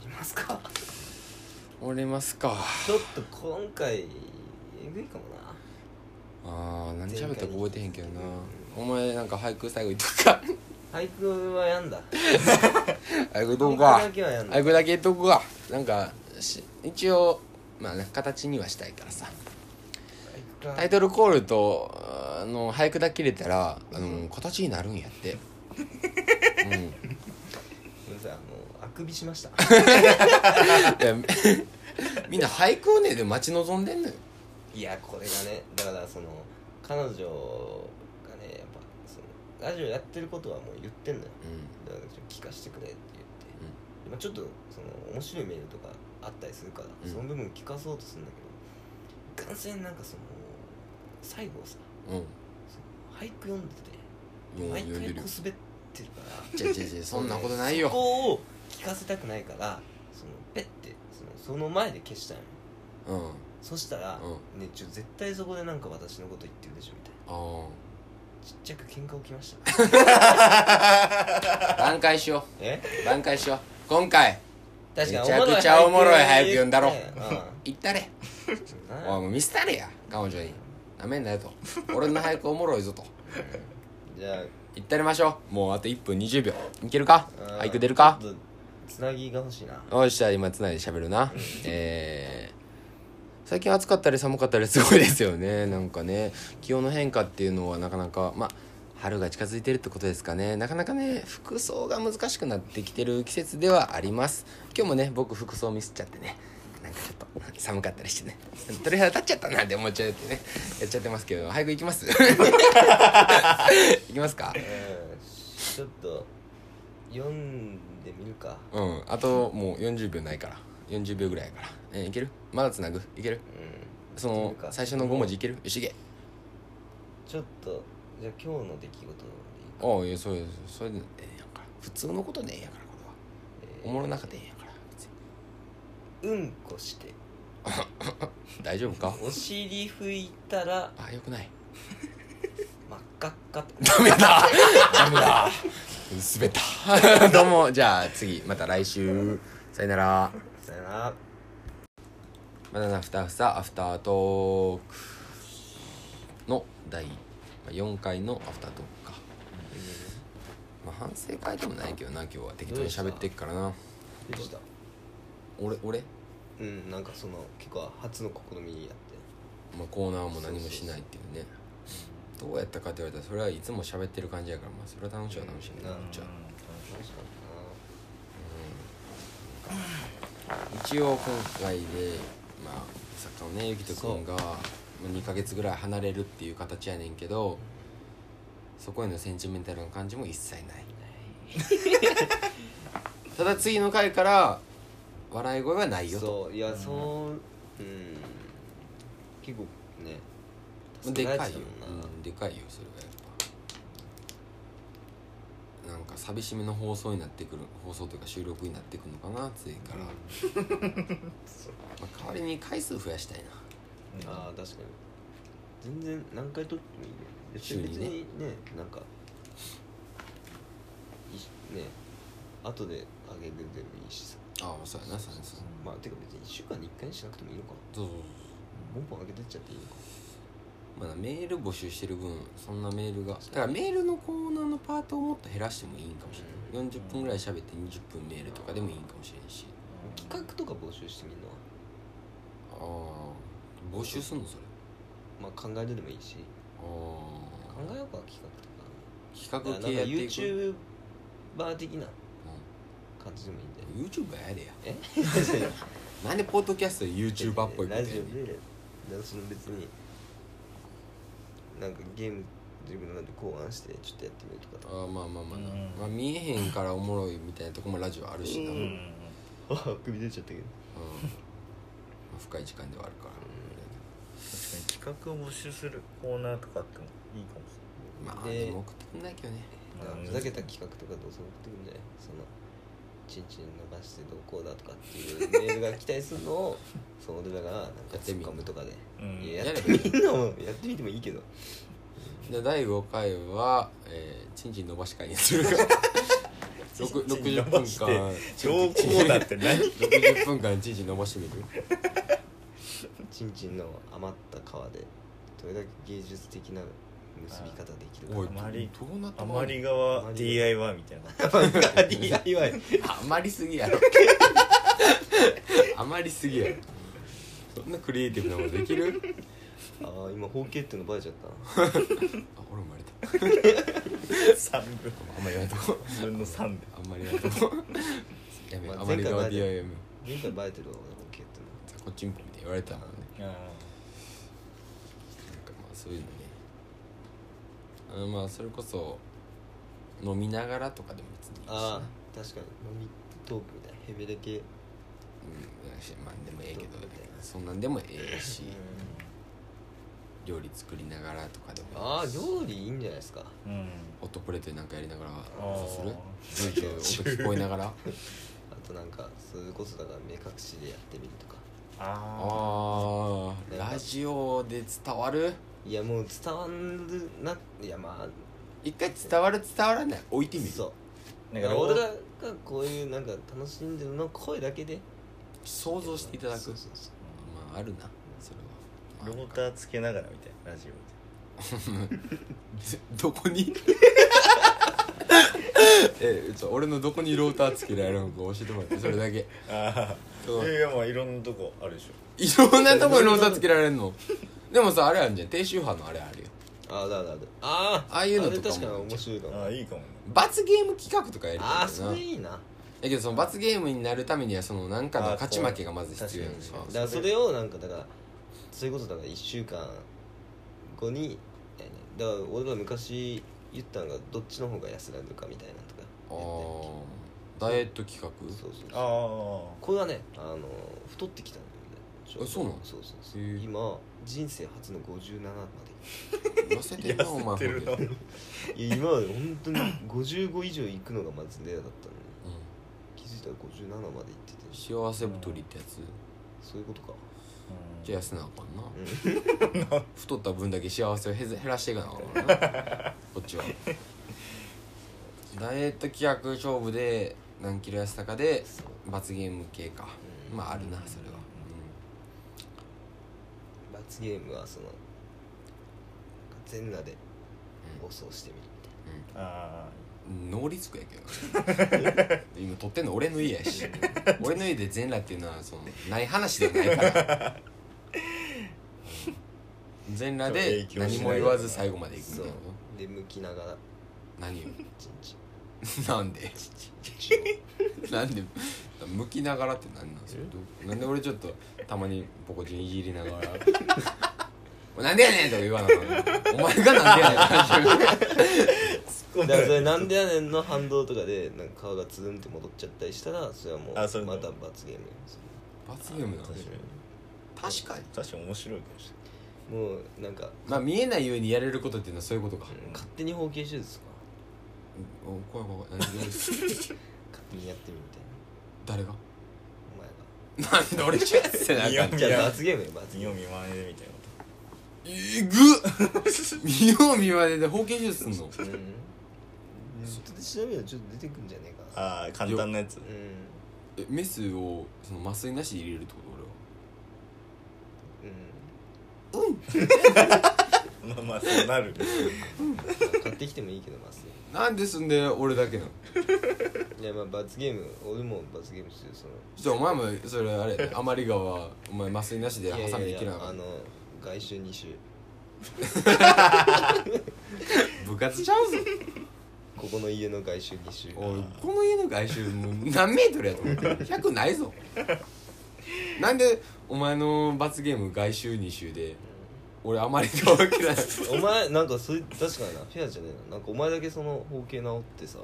B: りますか
A: 折れますか
B: ちょっと今回えぐいかもな
A: あー何喋ったか覚えてへんけどな
B: 前回に
A: お前なんか俳句最後言っとく か
B: 俳句はやんだ
A: 俳句言っとこ
B: 俳句
A: うか
B: だけはやんだ
A: あこれだけ言っとくわなんかし一応まあね形にはしたいからさ
B: 俳句か
A: タイトルコールとあの俳句だけ入れたらあの形になるんや ってうん
B: ごめんなさいあのあくびしまし た
A: いやみんな俳句をねで待ち望んでんのよ
B: いやこれがねだからその彼女がねやっぱそのラジオやってることはもう言ってんのよ
A: う
B: だからちょっと聞かせてくれって言って、まあ、ちょっとその面白いメールとかあったりするから、
A: うん
B: その部分聞かそうとするんだけどいかんせんなんかその最後さ
A: んうん
B: その俳句読んでて
A: もう
B: 毎
A: 読んで
B: 回
A: るよ
B: こう滑ってるから
A: 違う違う違うそんなことない
B: そ
A: よ
B: こを聞かせたくないからそのペッてそのその前で消したんよ
A: うんあ
B: そしたら、
A: う
B: ねちょ絶対そこでなんか私のこと言ってるでしょみたいな
A: あ
B: ちっちゃく喧嘩起きました
A: 挽回しよ
B: え
A: う挽回しよう今回
B: 確か
A: め
B: に
A: ちゃくちゃおもろい俳句読んだろ言
B: 言って
A: ったれ
B: うん
A: おいもう見せたれや彼女になめんなよと俺の俳句おもろいぞと
B: じゃあ
A: 行ってやりましょうもうあと1分20秒いけるか
B: うん
A: 俳句出るか
B: ちょっとつなぎが欲しいな
A: よしじゃあ今つないで喋るなえー最近暑かったり寒かったりすごいですよね なんかね気温の変化っていうのはなかなかまあ春が近づいてるってことですかねなかなかね服装が難しくなってきてる季節ではあります今日もね僕服装ミスっちゃってねなんかちょっと寒かったりしてね 鳥肌立っちゃったなって思っちゃうってねやっちゃってますけど早く行きます 行きますか
B: うんちょっと読んでみるか
A: うんあともう40秒ないから40秒ぐらいやから、えーいけるまだつなぐいける
B: うん
A: その
B: そうか
A: 最初の5文字いけるよしいけ
B: ちょっとじゃあ今日の出来事でいいか
A: ああいやそうですそれでええやんから普通のことでええやからこれは
B: えー
A: おもろなかったらええやんから別に
B: うんこして
A: 大丈夫か
B: お尻拭いたら
A: あよくない
B: 真っ赤っかと
A: ダメだ ダメだ滑った どうもじゃあ次また来週さよなら
B: さよなら
A: バナナふたふさアフタートークの第4回のアフタートークか、まあ、反省会でもないけどな今日は適当に喋ってっからな
B: どうした
A: 俺俺、
B: うんなんかその結構初の試みやって
A: まあ、コーナーも何もしないっていうねどうやったかって言われたらそれはいつも喋ってる感じやからまあそれは楽しいは楽しいね
B: う
A: こ
B: ん
A: っちは
B: 楽しかっ
A: 一応今回でまあ作家のねゆきとくんが2ヶ月ぐらい離れるっていう形やねんけどそこへのセンチメンタルな感じも一切ない ただ次の回から笑い声はな
B: たない
A: よと
B: そういやそううん結構ね
A: でかいよ
B: 助けられてたもんな、
A: うん、でかいよそれはやっぱなんか寂しめの放送になってくる放送というか収録になってくるのかな次 から、まあ、代わりに回数増やしたいな
B: ああ確かに全然何回撮ってもいいね別
A: 週に
B: に
A: ね
B: 別にねなんかいいしね後であげるでもいいしさ
A: ああそうやなそうやなそうやな
B: まあてか別に1週間に1回にしなくてもいいのかな
A: そうそう
B: ボンボンあげてっちゃっていいのか
A: そうまだメール募集してる分そんなメールがだからメールのコーナーのパートをもっと減らしてもいいんかもしれない40分ぐらい喋って20分メールとかでもいいんかもしれんし
B: 企画とか募集してみるのは
A: ああ募集すんのそれ
B: まあ考えるでもいいし考
A: あ
B: えようか企画
A: あ
B: とか
A: 企画
B: なん
A: 系
B: か
A: やっていく
B: YouTuber 的な感じでもいいんで
A: うん YouTuber やれや
B: え
A: なんでポッドキャストで YouTuber っぽいことや
B: ラ
A: ねん
B: ジオでなんかその別になんかゲーム自分なんで考案してちょっとやってみるとか
A: ああまあまあまあな、
C: うん
A: まあ、見えへんからおもろいみたいなとこもラジオあるしな、
B: う
A: うん
B: んあ 首出ちゃったけど
A: まあ深い時間ではあるから、
C: 確かに企画を募集するコーナーとかあってもいいかもし
A: まあ
B: で
A: でも送ってくんないけどね
C: れない
B: ふざけた企画とかどうせ送ってくるんじゃないそのチンチン伸ばしてどうこうだとかっていうメールが期待する のをその俺らがなんかツッコむとかで
C: うん
B: いややってみんなもやってみてもいいけど
A: で第5回は、えー、チンチン伸ばし会に するか六
C: チンチン
A: 60
C: 伸
A: 分
C: ばして
A: 間
C: 超コーナ ーって何
A: 60分間チンチン伸ばしてみる
B: チンチンの余った皮でどれだけ芸術的な結び方できるか
A: お い
C: あまり
A: どうなって
C: あ
A: んの
C: まり側 DIY みたいな
B: DIY
A: あまりすぎやろあまりすぎやろそんなクリエイティブなことでき る
B: ああ今包茎っていうのバレちゃったな
A: あ俺生まれた
C: 三分
A: あんまりやめとこう
C: 自分の三で
A: あんまりやめとこうやめようあまり側 DIY やめよう
B: 前回バレてるわ俺包茎っていう
A: こっちんぽみたいに言われたもんね
C: あ
A: なんかまあそういうのねあのまあそれこそ飲みながらとかでも別にいいし
B: のああ確かに飲みトークみたいなヘベレ系
A: うんだしまあでもええけど
B: どうだよ
A: そんなんでもええし
C: ー
A: 料理作りながらとかでも
B: ああ
A: いいし
B: 料理いいんじゃないですか
C: うんうん
A: ホットプレートでなんかやりながら
C: ー
A: そうするジュージュー音聞こえなが ら
B: あとなんかそれこそだから目隠しでやってみるとか
C: あ
A: あーラジオで伝わる
B: いやもう伝わるないやまあ
A: 一回伝わる伝わらない置いてみる
B: そう
C: あ
B: だか
C: なんからロ
B: 俺ら
C: ー
B: がこういうなんか楽しんでるのを声だけで
A: 想像していただく
B: そうそうそう
A: まああるなそれは
C: ローターつけながらみたいなラジオみ
A: ぜ どこに えちょ俺のどこにローターつけられるのか教えてもらってそれだけ
C: たいなあ
A: そ
C: あ
A: う
C: いやいやまあいろんなとこあるでしょ
A: いろんなとこにローターつけられるのでもさあれあるじゃん低周波のあれあるよ
B: ああだだだああ
A: ああいうのとかも
B: あれ確かに面白いかも
C: ああいいかもね
A: 罰ゲーム企画とかやりたいんだよ
B: あ
A: な
B: あそれいいな
A: だけどその罰ゲームになるためにはその何かの
C: あー
A: 勝ち負けがまず必要やん
C: そう
B: だからそれをなんかだからそれこそだから1週間後にえーだから俺ら昔言ったのがどっちの方が安らぐかみたいなとか
A: あ
B: 言って
A: ーダイエット企画
B: そうそうそう
C: あ
B: これはねあの太ってきたんだよね
A: えそうなの
B: そうそうそう
A: へー
B: 今人生初の57ま
A: 痩せ
C: あ
A: てるなお前
C: 痩せてる
A: ほ
C: なん
A: で
B: でいや今まで本当に55以上行くのがまずねだったのに
A: うん
B: 気づいたったら57までいってて
A: 幸せ太りってやつ
B: そういうことか
A: じゃあ痩せなあかんな、
B: うん
A: 太った分だけ幸せを減減らしていかなあかんからなこっちはダイエット企画勝負で何キロ痩せたかで罰ゲーム系か、
B: う ん
A: まああるなそれは、
B: 罰ゲームはそのなんか全裸で
A: う
B: 暴走してみるみたいな
C: あ
A: うんノーリスクやけどな 今撮ってんの俺の家や し俺の家で全裸っていうのはそのない話ではないからうん全裸で
C: そう影響
A: 何
C: しない
A: も言わず最後まで行くみたいなこ
B: で向きながら
A: と何を
B: チンチ ン
A: なんで
B: チンチン
A: なんで向きながらって何なんですよなんで俺ちょっとたまにポコチンいじりながら 「おいなんでやねん!」とか言わなあかんお前がなんで やねん
B: だからそれなんでやねんの反動とかでなんか顔がつるんって戻っちゃったりしたらそれはもうま
C: あ
B: た
C: そういうこと
B: 罰ゲームやそ
A: 罰ゲームなんで
C: 確かに
A: 確かに
C: 確かに面白いかもしれ
B: れもうなんか、
A: まあ見えないようにやれることっていうのはそういうことか、
B: うん勝手に包茎手術とか
A: お怖い怖い怖い何で
B: 勝手にやってみるみ
A: 誰が
B: たいな
A: なんで俺がやってなあかん
B: お前が
A: の
B: じ
C: い
B: ゃあ
C: や
B: 罰ゲームよ罰
C: ない
B: ゲー
C: 見よう
B: ム
C: 見まねでみたいなこ
A: えぐっ 見よう見まねで包茎手術すんの
B: うんネットで調べたらちょっと出てくんじゃねえ
C: と
B: かな
C: ああ簡単なやつ
B: う
A: えメスをその麻酔なしで入れるってこと俺は
B: ん
C: まあまあそうなる
B: うん買ってきてもいいけどます
A: なんですんで俺だけなの
B: いやまあ罰ゲーム俺も罰ゲームしてるその
A: じゃあお前もそれあれや で余り川お前麻酔なしでハサミで切らなあか
B: あ
A: ん
B: の外周2周
A: 部活ちゃうぞ
B: ここの家の外周2周
A: おいこの家の外周もう何メートルやと思ってる100ないぞなんでお前の罰ゲーム外周2周で俺余り川切らな
B: お前なんかそれ確かになフェアじゃねえななんかお前だけその包茎治ってさ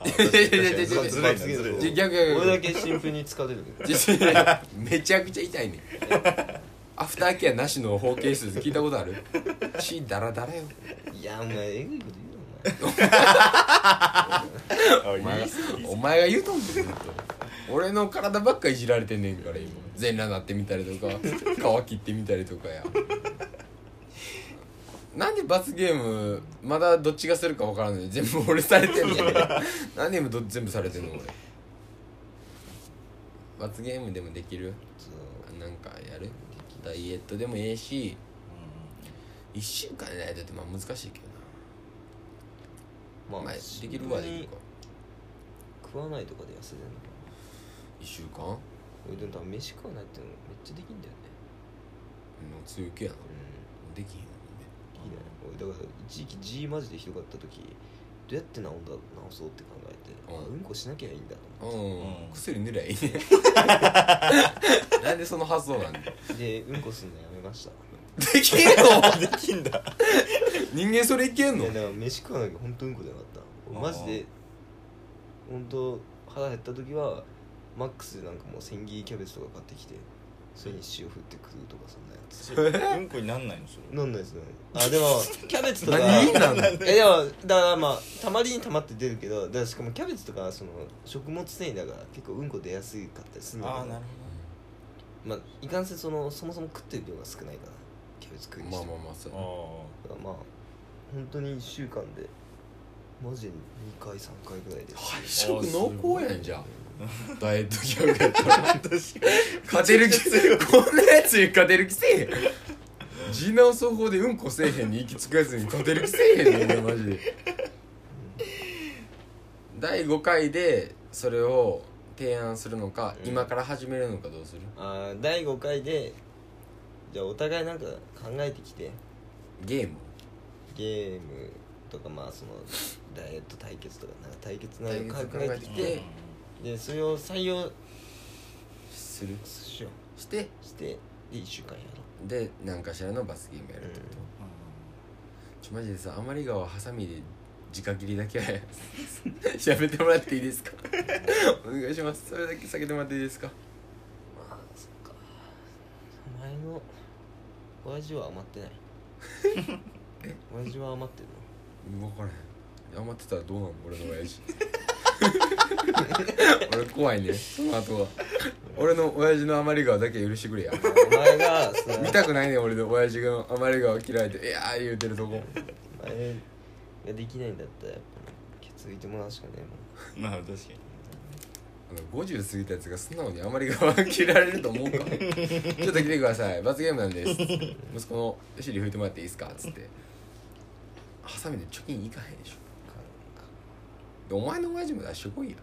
C: あー確かに
A: いやいやいやいや
C: 確かにずるいなずるいな
A: じゃあ逆逆
B: 俺だけ新婦に疲れるけど
A: いめちゃくちゃ痛いねんアフターケアなしの包茎手術聞いたことある血ダラダラよ
B: いやお前えぐいこと言うな
C: あい
A: お
C: い
A: 前が
C: っすいいっす
A: お前が言うとんねんずっと俺の体ばっかいじられてんねんから今全裸になってみたりと か皮切ってみたりとかやなんで罰ゲームまだどっちがするか分からんのに全部俺されてんのなんで今ど全部されてんの俺罰ゲームでもできる
B: お
A: なんかやるダイエットでもええし1週間でダイエットってまあ難しいけど
B: 前
A: な、まあ、
B: シ
A: で
B: ン
A: き
B: プル
A: る
B: に
A: わでいいか
B: 食わないとかで痩せてんのか
A: 1週間の
B: 俺でも多分飯食わないってのめっちゃできんだよね
A: 強気やな
B: う
A: できへんのね
B: んいいね俺だから一時期 G マジでひどかった時どうやって治んだ治そうって考えてあ
A: うん
B: うんこしなきゃいいんだと思って
A: うん
C: うん
A: 薬塗りゃいいねなんでその発想なんで
B: でうんこすんのやめま した
A: できんの
C: できんだ
A: 人間それいけん
B: い
A: の
B: やだから飯食わなきゃ本当うんこ出なかったマジで本当腹減った時はマックスでなんかもう千切りキャベツとか買ってきてそれに塩振って食うとかそんなやつ
C: それうんこになんないのそれ
B: なんないですねあでも キャベツとか
A: 何なの
B: えでもだからまあたまりにたまって出るけどだからしかもキャベツとかその食物繊維だから結構うんこ出やすかったりするんだけど
C: ほ
B: まあいかんせんそのそもそも食ってる量が少ないからキャベツ食うにして
A: まあ
B: も
A: まあまあそう
C: あ
B: だからまあ本当に1週間でマジで2回3回ぐらいで
A: 配色濃厚やんじゃんダイエット企画やったら勝てる気せえこんなやつに勝てる気せえへん地直そう法でうんこせえへんに行き着かずに勝てる気せえへんねん俺マジで第5回でそれを提案するのか、
B: うん
A: 今から始めるのかどうする
B: あー第5回でじゃあお互いなんか考えてきて
A: ゲーム
B: ゲームとかまあそのダイエット対決とかなんか対決内容考
A: 対決考え
B: え
A: て
B: てき
A: き
B: て
A: て
B: でそれを採用
A: する
B: しよう
A: して
B: してで1週間や
A: で何かしらの罰ゲームや
B: ろう、
A: る
B: うん
A: と、ちょマジでさあまりがはハサミで直切り だけ はやめてもらっていいですか お願いしますそれだけ避けてもらっていいですか
B: まあそっかお前の親父は余って ない親父は余ってるの
A: 分からへん余ってたらどうなんの俺の親父 俺怖いねその後は俺の親父の余り顔だけ許してくれや
B: お前がその
A: 見たくないね俺の親父が余り顔嫌いで「いやー」言うてるとこ
B: あれができないんだったらやっぱケツ拭いてもらうしかねえもん
C: まあ確かに
A: あの50過ぎたやつが素直に余り顔切られると思うかちょっと来てください罰ゲームなんです息子の尻拭いてもらっていいですかっつってハサミで貯金いかへんでしょでお前の親父も出してこいや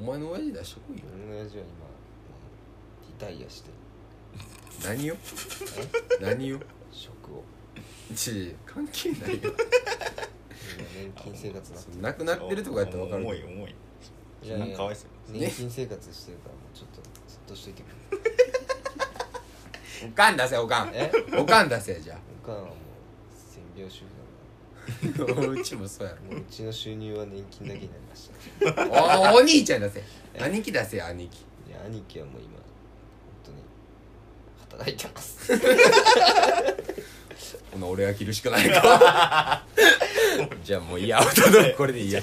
A: お前の親父出してこいよ
B: うん俺の親父は今まあリタイアして
A: 何よ何よ
B: 職を
A: ち関係ないよ
B: 今年金生活になってる
A: なくなってるとかやったら分かる
C: 重
A: け
C: い
A: ど
C: 重い
B: い
C: そ
B: やい
C: んな
B: や
C: んかわいそう
B: 年金生活してるからもうちょっとずっとしとい てくれ
A: おかん出せおかん
B: え
A: おかん出せじゃ
B: お母さんはもう専業主婦だから
A: あうちもそうやろ
B: もううちの収入は年金だけになりました
A: おお兄ちゃん出せ兄貴出せよ兄貴
B: いや兄貴はもう今本当に働いてます
A: ほな俺は着るしかないか じゃあもういいやアウトドアこれでいいや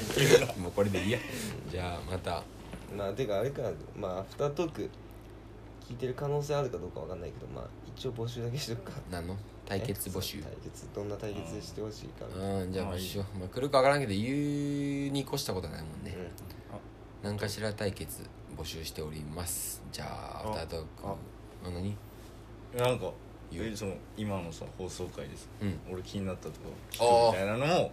A: もうこれでいいやじゃあまた
B: まあてかあれかまあアフタートーク聞いてる可能性あるかどうかわかんないけどまあ一応募集だけしとくか
A: 何の対決募集
B: えそう対決どんな対決してほしいかうん、
A: うんじゃあ募集しよう、まあ、来るか分からんけど言うに越したことはないもんね、何かしら対決募集しておりますじゃあアフタートーク
C: あ
A: あ何
C: なんか
A: 言う
C: えその今のさ放送回です
A: うん
C: 俺気になったとか
A: あー
C: 聞くみたいなのも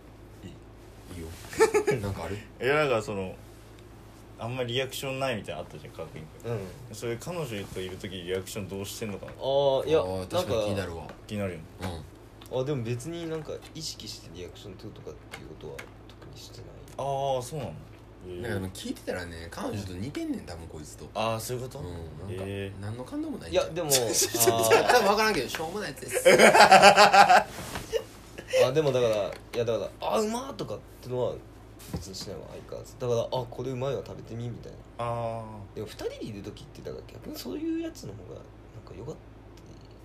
A: いいよ なんかある
C: いやなんかそのあんまりリアクションないみたいなのあったじゃん科学委員
B: うん、
C: 会それ彼女といる時リアクションどうしてんのかな
B: ああいや
A: あー
B: なんか
A: 確かに気になるわ
C: 気になるよね
A: うん
B: あでも別になんか意識してリアクション取るとかっていうことは特にしてない
C: ああそうなんだ
A: なんかでも聞いてたらね彼女と似てんねん多分こいつと
C: ああそういうこと、
A: うんなんか、
C: え
A: 何の感動もないん
B: い
A: ちゃう
B: やでも
A: 多分分からんけどしょうもないやつです
B: あでもだからいやだからあうまーとかってのは別にしないわ相変わらずだからあこれうまいわ食べてみみたいな
C: ああ
B: でも2人でいる時ってだから逆にそういうやつの方がなんかよかった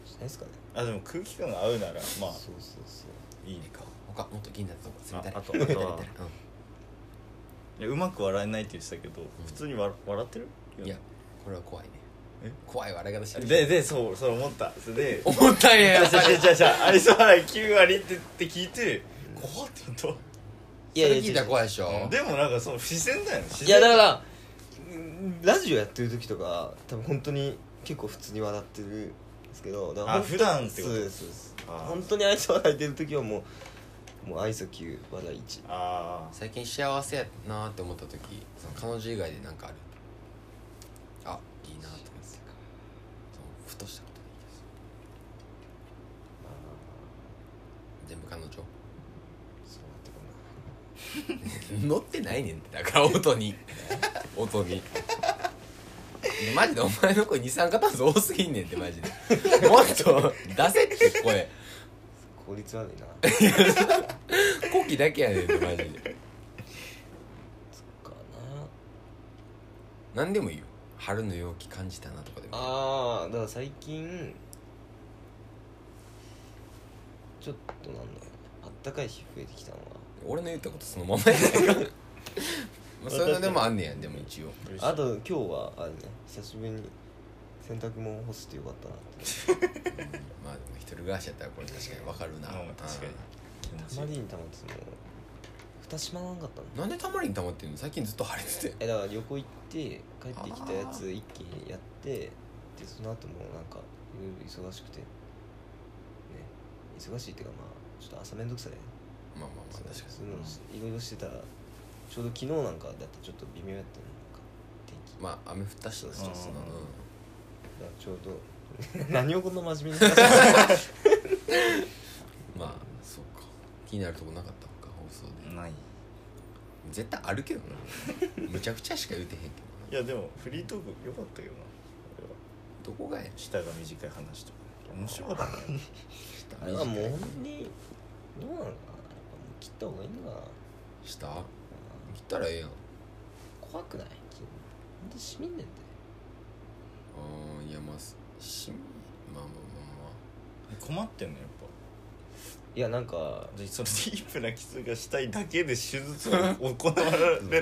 B: りしないですかね
C: あでも空気感が合うならまあ
B: そうそうそう
C: いいか
A: 他もっと気になったとこ冷たい
C: ああとあとは
A: 冷たい
C: いやうまく笑えないって言ってたけど、
A: ん
C: 普通に笑笑ってる
A: うんいやこれは怖いね
C: え
A: 怖い笑い方した
C: ででそうそう思ったそれで
A: 思ったんややっ
C: じゃ
A: ぱ
C: あ
A: り
C: じゃあじゃああれそう9割ってって聞いて怖って言っ
B: いやいや
A: それ聞いたら怖いでしょ
C: たでもなんかその視線だよね視
B: いや
C: 線
B: だからうんラジオやってる時とか多分本当に結構普通に笑ってるんですけどだから
C: あ普段ってこ
B: そう
C: と
B: ですそうです
C: あー
B: 本当に愛想笑いてる時はもうもう愛想9笑い1
C: あ
A: 最近幸せやなーって思った時その彼女以外で何かあるあいいなーって思ってそのふとしたことでいいです全部彼女
B: そうなって こ
A: 乗ってないねんってだから音に音にマジでお前の声二酸化炭素多すぎんねんってマジでもっと出せって声
B: な効率悪いな
A: コキだけやねんってマジで
B: かな
A: 何でもいいよ春の陽気感じたなとかでもいい
B: ああだから最近ちょっとなんだろうあったかい日増えてきたのは
A: 俺の言ったことそのままやないかまあそういうのでもあんねやでも一応
C: あ
B: あと今日はあれね久しぶりに洗濯物干してよかったなって
A: まあでも一人暮らしやったらこれ確かにわかるな、
C: うん確かに気持ち
B: た
C: い
B: ま
C: い
B: りにたまっても蓋閉まらんかったの
A: うんなんでたまりに溜まってんの最近ずっと晴れてて
B: えだから旅行行って帰ってきたやつ一気にやってでその後もなんかいろいろ忙しくてね忙しいっていうかまあちょっと朝めんどくさい
A: まあまあまあ確か
B: そう
A: に
B: いうのしいろいろしてたらちょうど昨日なんかだってちょっと微妙やったのなんか天気
A: まあ雨降ったしな
C: そうそう
A: そんなのうん
B: だからちょうど何をこんな真面目に話してる
A: まあそうか気になるとこなかったのか放送で
C: ない
A: 絶対あるけどなむちゃくちゃしか言うてへんけどな
C: いやでもフリートーク良かったけどな俺は
A: どこがやねん
C: 舌が短い話とか面白かったね
A: 下
B: あれはもう本当にどうなのかなやっぱもう切った方がいいのかな
A: 下切ったらええやん
B: 怖くない切るのほんとしみんねんて
A: あーいやまあしまあまあまあまあ
C: 困ってんのやっ
B: いやなんか
C: じゃあそのディープなキスがしたいだけで手術を行わ れ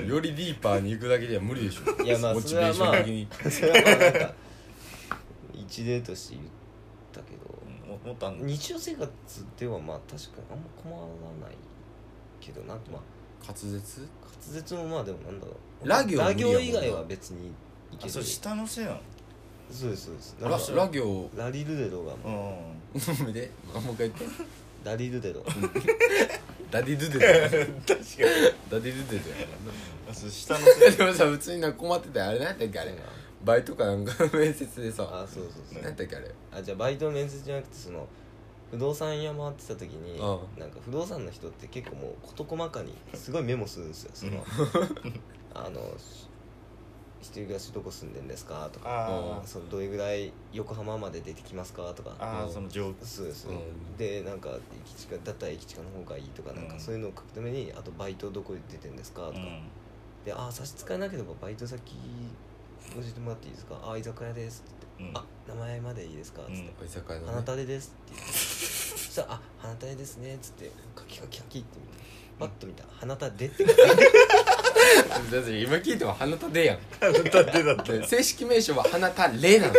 C: る
A: よりディーパーに行くだけでは無理でしょ
B: いやまあ
A: モチベーション的に、
B: それはまあなんか一例として言ったけど
C: ももっとあんの
B: 日常生活ではまあ確かにあんま困らないけどなまあ
A: 滑舌
B: 滑舌もまあでもなんだろう
A: ラ行は無理やもんな
B: 以外は別にいけ
C: あ
B: る
C: そ
B: そう
C: れ
B: です
C: 下のせいなの
B: そうです
A: ラ
B: なんか
A: ラ行
B: ラリルデロがまあ
C: う
A: でもう一回言って
B: ラリルデロ
A: ダディドゥデだよ
C: ん 確かに
A: ダディドゥデだよ
C: あそう下のせ い
A: でもさ普通になんか困ってたよあれ何やったっけあれバイトかなんか面接でさ
B: あそうそうそう
A: 何やったっけあれ
B: あじゃあバイトの面接じゃなくてその不動産屋回ってた時に
A: う
B: なんか不動産の人って結構もう事細かにすごいメモするんですよそのあのし一人暮らしどこ住んでんですかとか
C: あ
B: そのどれぐらい横浜まで出てきますかとか
C: あああその状況
B: そうです、
A: うん
B: でなんか駅近だったら駅近の方がいいとかなん
C: う
B: か
C: ん
B: そういうのを書くためにあとバイトどこで出てんですかと
C: う
B: か、
C: ん
B: でああ差し支えなければバイト先教えてもらっていいですかああ居酒屋ですって
C: うん
B: あ名前までいいですかつって、
A: 居酒屋の、ね、
B: 花垂れですって 言ってそしたら「あ花垂れですね」っつってカキカキカキって見てパッと見たら「花垂れ」って書いてある
A: だって今聞いても花たでやん
C: だってだ って
A: で正式名称は花たれなの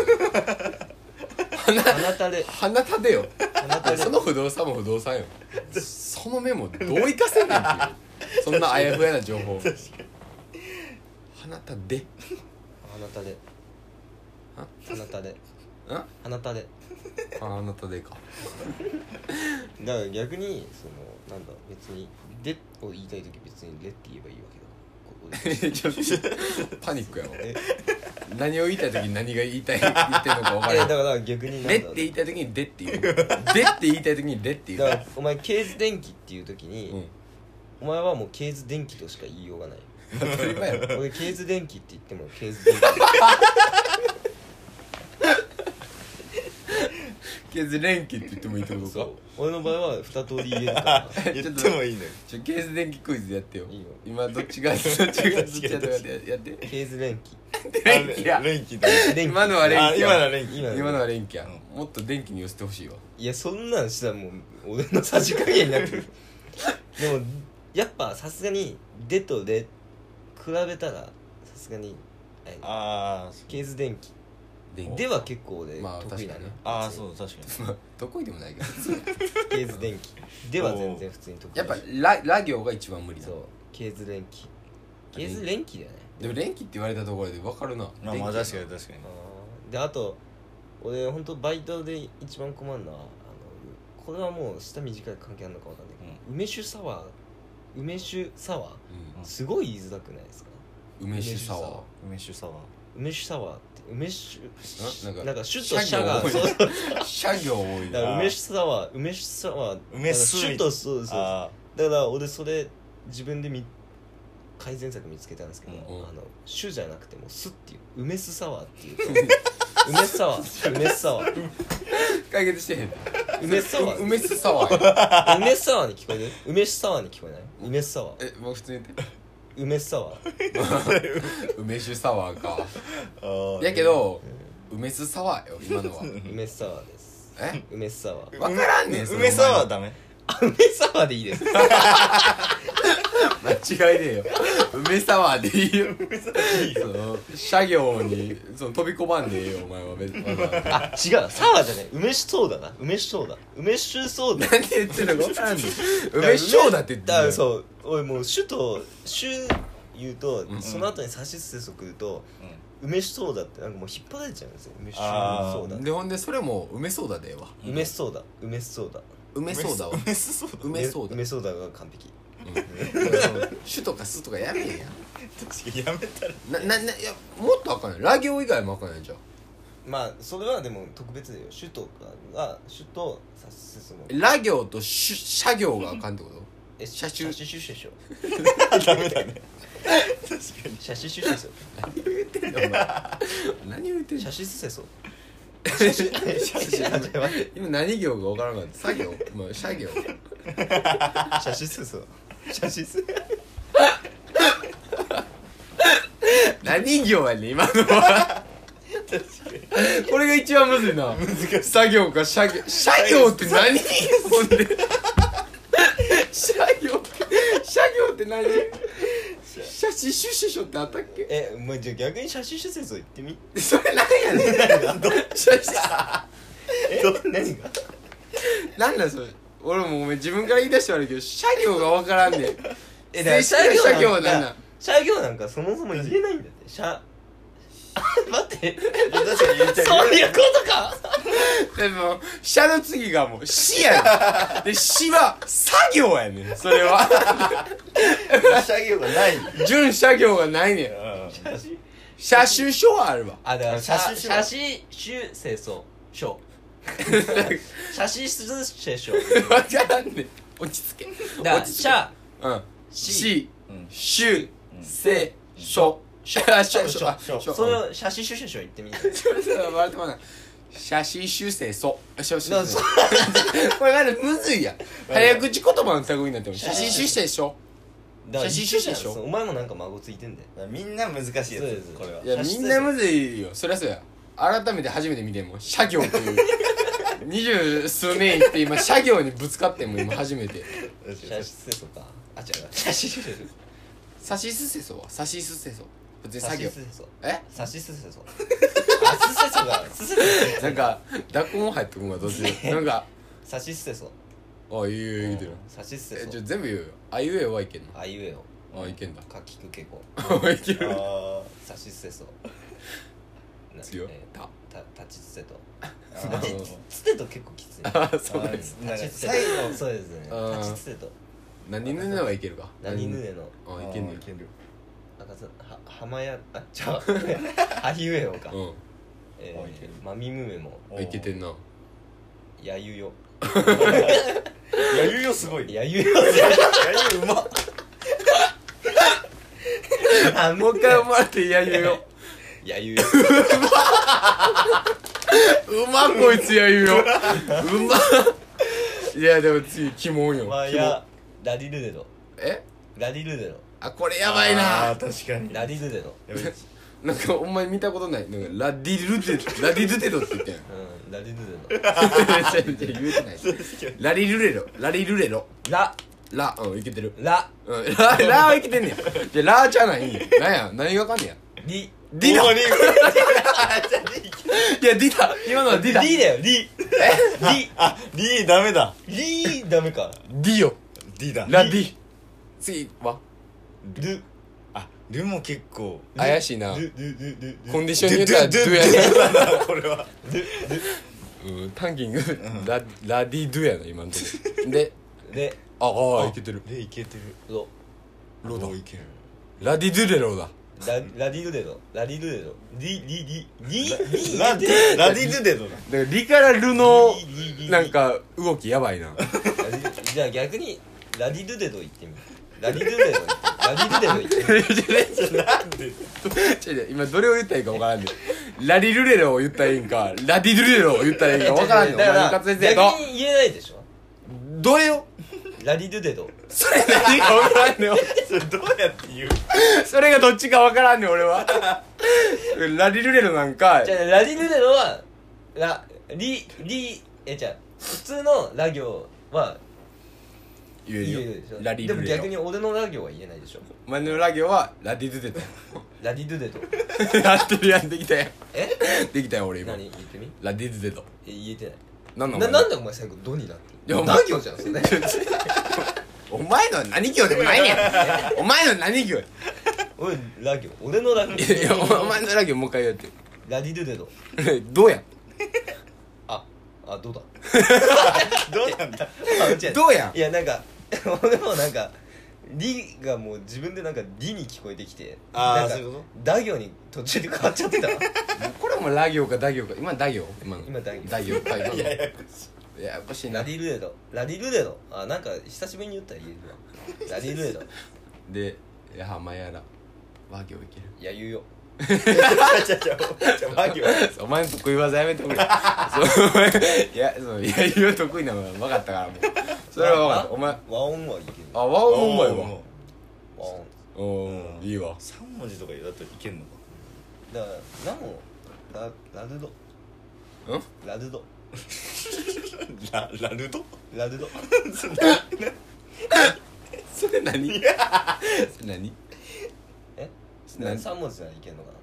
A: 花
B: 花垂れ
A: 花たでよ
B: 花
A: そ
B: 垂
A: の不動産も不動産よそのメモどう生かせんねんっていうそんなあやふやな情報花たでん
B: れ
A: あ
B: 花垂れ
A: あ
B: 花垂れ
A: 花た でか
B: だから逆にそのなんだ別に「で」を言いたい時別に「れ」って言えばいいわけだここで
A: ちょっとパニックやわ
B: え
A: 何を言いたい時に何が言いたい 言ってるのか分から
B: い
A: ない
B: やだから 逆にな
A: でっ
B: んだ
A: て
B: ろう
A: 言いたい時にでって言うでって言いたい時にでって言
B: だか
A: う
B: らお前ケーズ電気っていう時に、
A: うん
B: お前はもうケーズ電気としか言いようがない
A: 当たり前やろ
B: 俺ケーズ電気って言ってもケーズ電気
A: ケーズ電気って言ってもいいってことか
B: そう俺の場合は二通り言えるから
A: ちょ
C: 言
A: っ
C: っ
A: と
C: てもいいのよ
A: ちょケーズ電気クイズやってよ
B: いいよ
A: 今どっち がどっちがどっちがどっちがやって
B: ケーズ電気
A: 電気や
C: 連気だ
B: 電気
A: 今のは連
C: あ
A: 気
C: 今のは
A: や
C: 連気
B: 今
A: 今のは電気や
C: う
A: もっと電気に寄せてほしいわ
B: いやそんなんしたらもう俺のさじ加減になってるでもやっぱさすがに「で」と「で」比べたらさすがにあ
C: ああ
B: ケーズ電気
A: 電気
B: では結構俺
A: まあ
B: 得意だね、
C: あ あそう確かに
A: まあ得意でもないけど
B: ケーズ電気では全然普通に得意
A: やっぱ
B: り
A: ララ行が一番無理だ
B: そうケーズ連気ケーズ連気だね
A: でも電気って言われたところで分かるな
C: まあまあ
A: 電
C: 確
A: 気
C: か
A: や
C: に
A: な
C: 確かに
B: あーであと俺本当バイトで一番困るのはあのこれはもう下短い関係あるのかわかんないけど、梅酒サワー梅酒サワーすごい言いづらくないですか
A: うん梅酒サワー
C: 梅酒サワー
B: 梅酒サワーって梅酒
A: なんか
B: なんか酒とシャ
A: が
B: が
A: 多い
B: そう
A: 社業多い
B: だか
A: な
B: ら梅酒サワー梅酒サワー
C: 梅酢
B: 酒とそうですそう
C: あ
B: ですだから俺それ自分でみ改善策見つけたんですけど、
A: うん
B: あの酒じゃなくても酢っていう梅酢サワーっていう 梅酢サワー梅酢サワー
A: 解決してへん
B: 梅サワー
A: 梅酢サワーや
B: 梅サワーに聞こえる梅酒サワーに聞こえない梅サワー
A: えもう普通に言って
B: 梅サワー
A: 梅酒サワーか
C: あー
A: やけど梅酢サワーよ今のは
B: 梅サワーです
A: え
B: 梅サワ ー
A: わからんねんそれ
C: 梅梅サワーダメ
B: あ梅サワーでいいです
A: 間違いねえよ梅サワーでいいよその社業にその飛び込まんでええよお前は別に
B: あ違うサワーじゃない梅酒ソーダな梅酒ソーダ梅酒ソーダ
A: 何言ってんのか分からんねん梅酒だって言って
B: だ
A: ん
B: から
A: のう
B: そう俺もう酒と酒言うと、その後に差し支えそくると梅酒ソーダってなんかもう引っ張られちゃうんですよ梅酒ソ
C: あー
B: ーダ
A: でほんでそれも梅ソーダでええわ
B: 梅ソーダ梅ソーダ
A: 梅ソーダは
C: 梅酢ソーダ
A: 梅ソーダ
B: 梅ソーダが完璧
A: 酒とか酢とかやめえや
C: 確かにやめたら
A: ななないやもっとあかんないラ行以外もあかんないじゃん
B: まあそれはでも特別だよ首都が首都さし進む
A: ラ行とし社行があかんってこと
B: え
A: 車種
B: シシュシュシュ
C: ダメだね確かに
B: シャシュシュシュシュ
A: お前何を言ってん
B: シャ
A: の
B: シュシュシュ
A: シャシ今何行か分からんかった作業まあ社業
B: シャシュシュシュシャシュシュ
A: 何行やねん今のはこれが一番むずいな難しい作業か社業社業って何ほんでって何シャシシュシュシュってあったっけ
B: えまあ、じゃあ逆に写真出演を言ってみ
A: それ何やねんシャシシ
B: え何が
A: なんだそれ俺もごめん自分から言い出して悪いけど社業が分からんね ん
B: え
A: 正式な社業は何なん
B: 社業なんかそもそも言えないんだって社 待って
C: 確かに言っちゃう
B: そういうことか
A: でも社の次がもう死やねんで死は作業やねんそれは
C: 社業がない
A: 準社業がないねん社修書はあるわ
B: あだから
C: 写
B: 写
C: 真
B: 真
C: 集
B: 写真修正そう書写真出正書
A: 分からんねん落ち着け
B: だか
A: 落
B: ら
A: ち着
B: 写
A: けうん
B: し
A: し
C: うん
A: しゅせしょしょしょしょしょしょ
B: それを写真修正書言ってみ
A: それさ笑ってこない写真修正そう写真
B: な
A: 修正これなんでむずいやん早口言葉の類になっても写真修正そう
B: だから
A: 写真修正書
B: そうお前もなんか孫ついてんだよ
C: みんな難しいや
B: そうです
C: つこれはい
A: や
B: 写
A: み
B: 真
A: んなむずいよそりゃそうや改めて初めて見ても社業っていう二十数年いって今社業にぶつかってんもん今初めて
B: 写真修正かあ違う写真修正
A: 差しすせそは差しすせそ別に
B: 写
A: 作業
B: 真修正書
A: え
B: 写真修正書あ修正書が修正書
A: なんか濁音入ってくんわどっちでなんか
B: 写真修正書
A: あいうえお言うてる
B: 写真修
A: えち
B: 正
A: ょ
B: 書
A: 全部言うよあいうえおはいけん
B: あいうえ
A: のあいけんだ
B: おかきくけこ
A: あいける
C: あ
B: さしすせそ
A: 強い
B: えー
A: た
B: たたちつてと
C: ーあ
B: た
C: ー
B: ちつてと結構きつい
A: あーそうなんです
C: あーなんか
B: 立ちつて
C: 最後
B: そうですね
A: あー
B: たちつてと
A: 何ぬねはいけるか
B: 何ぬねの
A: あいけんね
C: いける
B: 赤ずは浜やあちゃうあひうえおか
A: う
B: え
C: あいける
B: ーまみむめも
C: お
A: ん
C: ー
A: いけてんな
B: やゆよ
C: やゆうよすごいや
B: やゆよ
C: ゆううまっ
B: あ
A: もう一回生まれていやゆうよ
B: やゆよ
A: うまこいつやゆうようまいやでも次鬼門よ
B: まやラディルデの
A: え
B: ラディルデの
A: あこれやばいな
C: あー確かに
B: ラディルデの
C: やべえ
A: なんかお前見たことないなんかラディルテラディルテロって言ったやん
B: うんラディ ル
A: 違う違
B: デの
A: う言えてないラリルレロラリルレロ
B: ラ
A: ラうんいけてる
B: ラ
A: うん ララはいけてんねやじゃラじゃないんやなんや何がわかんねや
B: リ
A: ディだ
C: おーリ
A: いやディだ今のはディだ
B: リだよリえ
C: あリーダメだ
B: リリーダメか
A: ディよ
C: ディだ
A: ラディ次は
B: ル
C: あルも結構
A: 怪しいな
B: ルルルルル
A: コンディションによってはドゥやな
C: だなこれは
A: うんタンキングララディドゥやな今のとこで
B: レ
A: ああいけてる
C: レいけてる
B: ロ
A: ロだ
C: おーいける
A: ラディドゥレロだ
B: ララディルデのラディルデのリリリリリ
C: ラディラディルデド
A: だ
C: だ
A: からリからルのなんか動きやばいな
B: じゃあ逆にラディルデド言ってみラディルデド言ってみラディルデド言って
C: なんで
A: 違う違う今どれを言ったらいいか分からんねんラリルレロを言ったらいいんかラディドゥレロを言ったらいいんか
B: み
A: 分からんねんお
B: だ
A: 前
B: から
A: の
B: 逆
A: 活躍やと
B: に言えないでしょ
A: どれを
B: ラディルデド
A: それ何か分からんねん
C: それどうやって言う
A: それがどっちか分からんねん俺は ラリルレロなんか
B: じゃあラディルデドはラリリえじゃあ普通のラ行は
A: 言
B: 言
A: え
B: え
A: る
B: る
A: よ
B: でしょ
A: ラリ
B: で
A: ル
B: も
A: レ
B: 逆に
A: ロ
B: 俺のラ行は言えないでしょ
A: お前のラ行はラディドゥレ ロ
B: ラディルデド
A: やってるやんできたやん
B: え
A: できたよ俺今
B: 何言ってみ
A: ラディズデト
B: え言えてない
A: 何な
B: な
A: の
B: なんでお前最後「ド」になって
A: いや
B: る
A: お
B: の
A: 前
B: 何行じゃんそれね
A: お前のは何行でもないやんお前のは何行や
B: 俺ラ行俺のラ行
A: いやいやお前のラ行もう一回やって
B: ラディドゥデド
A: どうや
B: ああど うだ
C: どうなんだ
B: あ違
A: どうやん
B: いやなんか 俺もなんか「リ」がもう自分でなんか「リ」に聞こえてきて
C: あー
B: なんか
C: そういうこ
B: 「ダ行」に途中で変わっちゃってた わ
A: これもラ行か大行か今大行今の
B: 今大行
A: 大行か今の
C: やや
A: ややこしい
B: ラ
A: な
B: ディルデドラディルデドあなんか久しぶりに言ったら言えるわラディル デド
A: で浜やら和行いける
B: いや言うよ
C: ちゃちゃちゃマギは
A: お前の得意技やめてくれそういやそういや言う得意なのは分かったからもうそれは分かったお前
B: 和音は言える
A: あ和音うまいわ
B: 和音
A: お
C: うん
A: ーいいわ
C: 3文字とかだったらいけんのか
B: だからラもララルド
A: うん
B: ラルド
C: ララルド
B: ラルド
A: それ何それ 何
B: え
A: な
B: 3文字じゃいけんのかな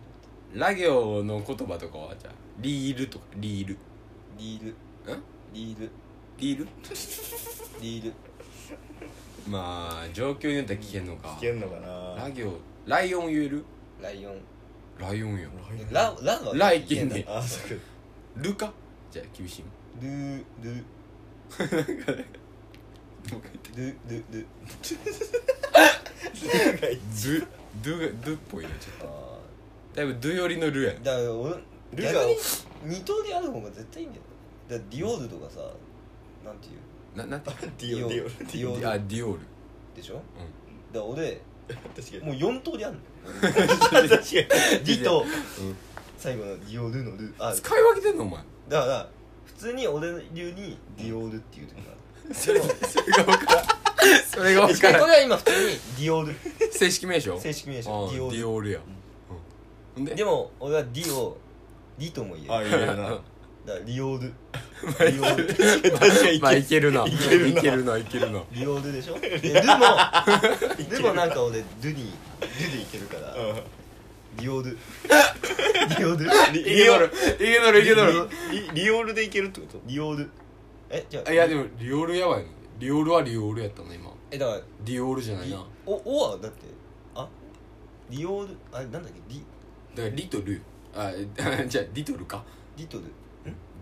A: ラ行の言葉とかはじゃあリールとかリール
B: リール
A: ん
B: リール
A: リール
B: リール
A: まあ状況によっては聞けんのか
C: 聞けんのかな
A: ラ行ライオン言える
B: ライオン
A: ライオンよ
B: えララが
A: ライキン
B: ル
A: ね
C: あそうか
A: ルカじゃあ厳しいもん
B: ルルルルル
A: ドゥがドゥっぽいなちょっ
B: あー
A: とだいぶドゥ寄りのルやな
B: だから俺
C: ル
B: 逆
C: が
B: に二刀である方が絶対いいんだよだってディオールとかさなんていう
A: ななんて
C: ディオディオ
B: デ
C: デ
B: ィオ
C: ィ
B: ディオ
C: オ
B: ール
A: あディオール
B: でしょ、だから俺
C: 確かに
B: もう四刀であるのよ
C: 確かに
B: ディと
A: うん
B: 最後のディオールのルある
A: 使い分けてんのお前
B: だから普通に俺流にディオールっていう時がある
A: それそれが分からんそれが分から
B: こ
A: ん
B: れは今普通にディオール
A: 正式名称
B: 正式名
A: デ
B: 称ディオ
A: デ
B: ー
A: ィオールやうんほん
B: ル
A: で
B: でも俺はディをディとも言える
C: あいいよ
B: だ
C: な
B: からリ オールリオール
C: 確かに い
A: まあ
C: け
A: いけるない
C: けるない
A: けるないけるな
B: リオール でしょでルもルもなんか俺ルにルでいけるからリオー ルリオール
C: うんリ
A: いけ
C: リオ
A: と
C: ー
A: る
C: ル
A: いけとるいけとる
C: リリオールでいけるってこと
B: リオールえじゃ
A: あ
B: あ
A: いやでもリオールやばいねリオールはリオールやったな今
B: えだから
A: ディオールじゃない
B: リ
A: なだか
B: おおはだってあリオールあれなんだっけリ
A: らリとルよあ じゃあリトルか
B: リトル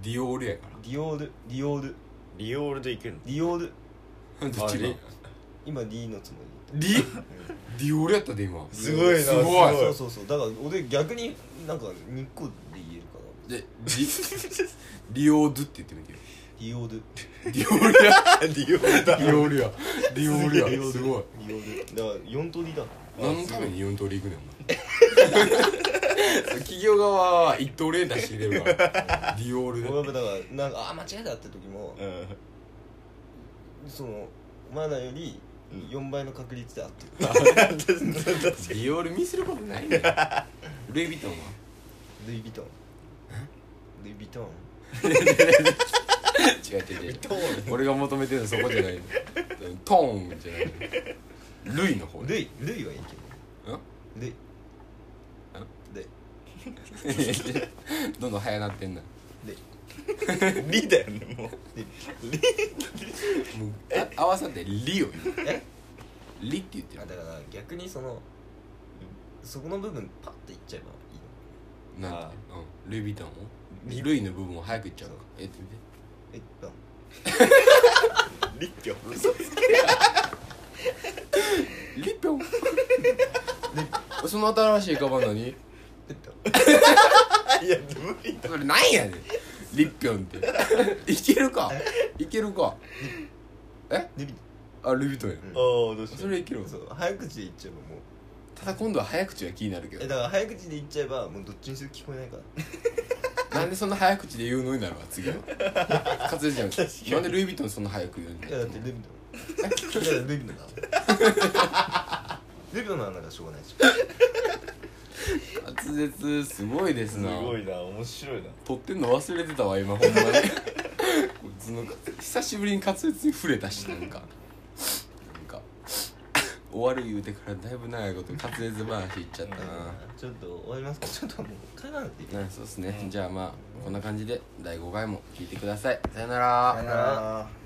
A: ディオールやから
B: リオールリオール
C: リオールでいけるの
B: リオール
A: どっちが
C: リ
B: 今リのつも
A: リディオールやったで今
C: すごいな
A: す
C: す
A: ご
C: ご
A: い
C: い
B: りそうそうそうだから俺逆になんか2個で言えるから
A: でリ リオーズって言ってみてよ
B: リオール
A: ディオールや
C: リオールだ
A: ディオールやディオールや
B: リオール
A: すごい
B: リオールだから4通りだ
A: 何のために4通り行くねんお前 企業側は1通り出して入れるから ディオール
B: 俺
A: で
B: はだからなんかあ間違えたって時も、
C: うん
B: そのお前らより4倍の確率で合ってる、
A: ディオール見せることないねんルイ・ヴィトンは
B: ルイ・ヴィトンルイ・ヴィトン
A: 違う違う違う俺が求めてるのそこじゃないのトーンじゃないのルイの方ね
B: ルイルイはいいけ
A: ん
B: どルイルイ
A: どんどん早なってんな
B: ルイ
C: リだよねも
A: も
C: う
A: うあ合わさってリを言う
B: え
A: リって言ってる
B: あだから逆にそのそこの部分パッといっちゃえばいいの
A: なん
C: あ
A: てうんルイ・ヴィトンをルイの部分を早く言っちゃうのかえってみて
B: えっと
C: リって俺
A: リッピョ ンその新しいカバン何
B: えっと
C: いや無理
A: それなんやねんリッピョンっていけるかいけるか
B: ルイ・ヴィ
A: あルイ・ヴィトンや
B: うん
C: ああどうし
A: それいけるわ
B: トンそう早口で言っちゃえばもう
A: ただ今度は早口が気になるけ
B: え
A: ど
B: だから早口で言っちゃえばもうどっちにせよ聞こえな いから
A: なんでそんな早口で言うのになるわ次は勝つじゃん
C: 確かに
A: なんでルイ・ヴィトンそんな早く言う
B: いやだ
A: の
B: ってルビノいやルビノだ ルビノなんだからしょうがないでしょ
A: 滑舌すごいです
C: す
A: な
C: ごいな面白いな
A: 撮ってんの忘れてたわ今ほんまにこいつの久しぶりに滑舌に触れたしなんかなんか終わる言うてからだいぶ長いこと滑舌話いっちゃった
B: ちょっと終わりますかちょっともう帰らなくていい
A: なねそうっすねじゃあまあこんな感じで第5回も聞いてくださいさよなら
B: さよなら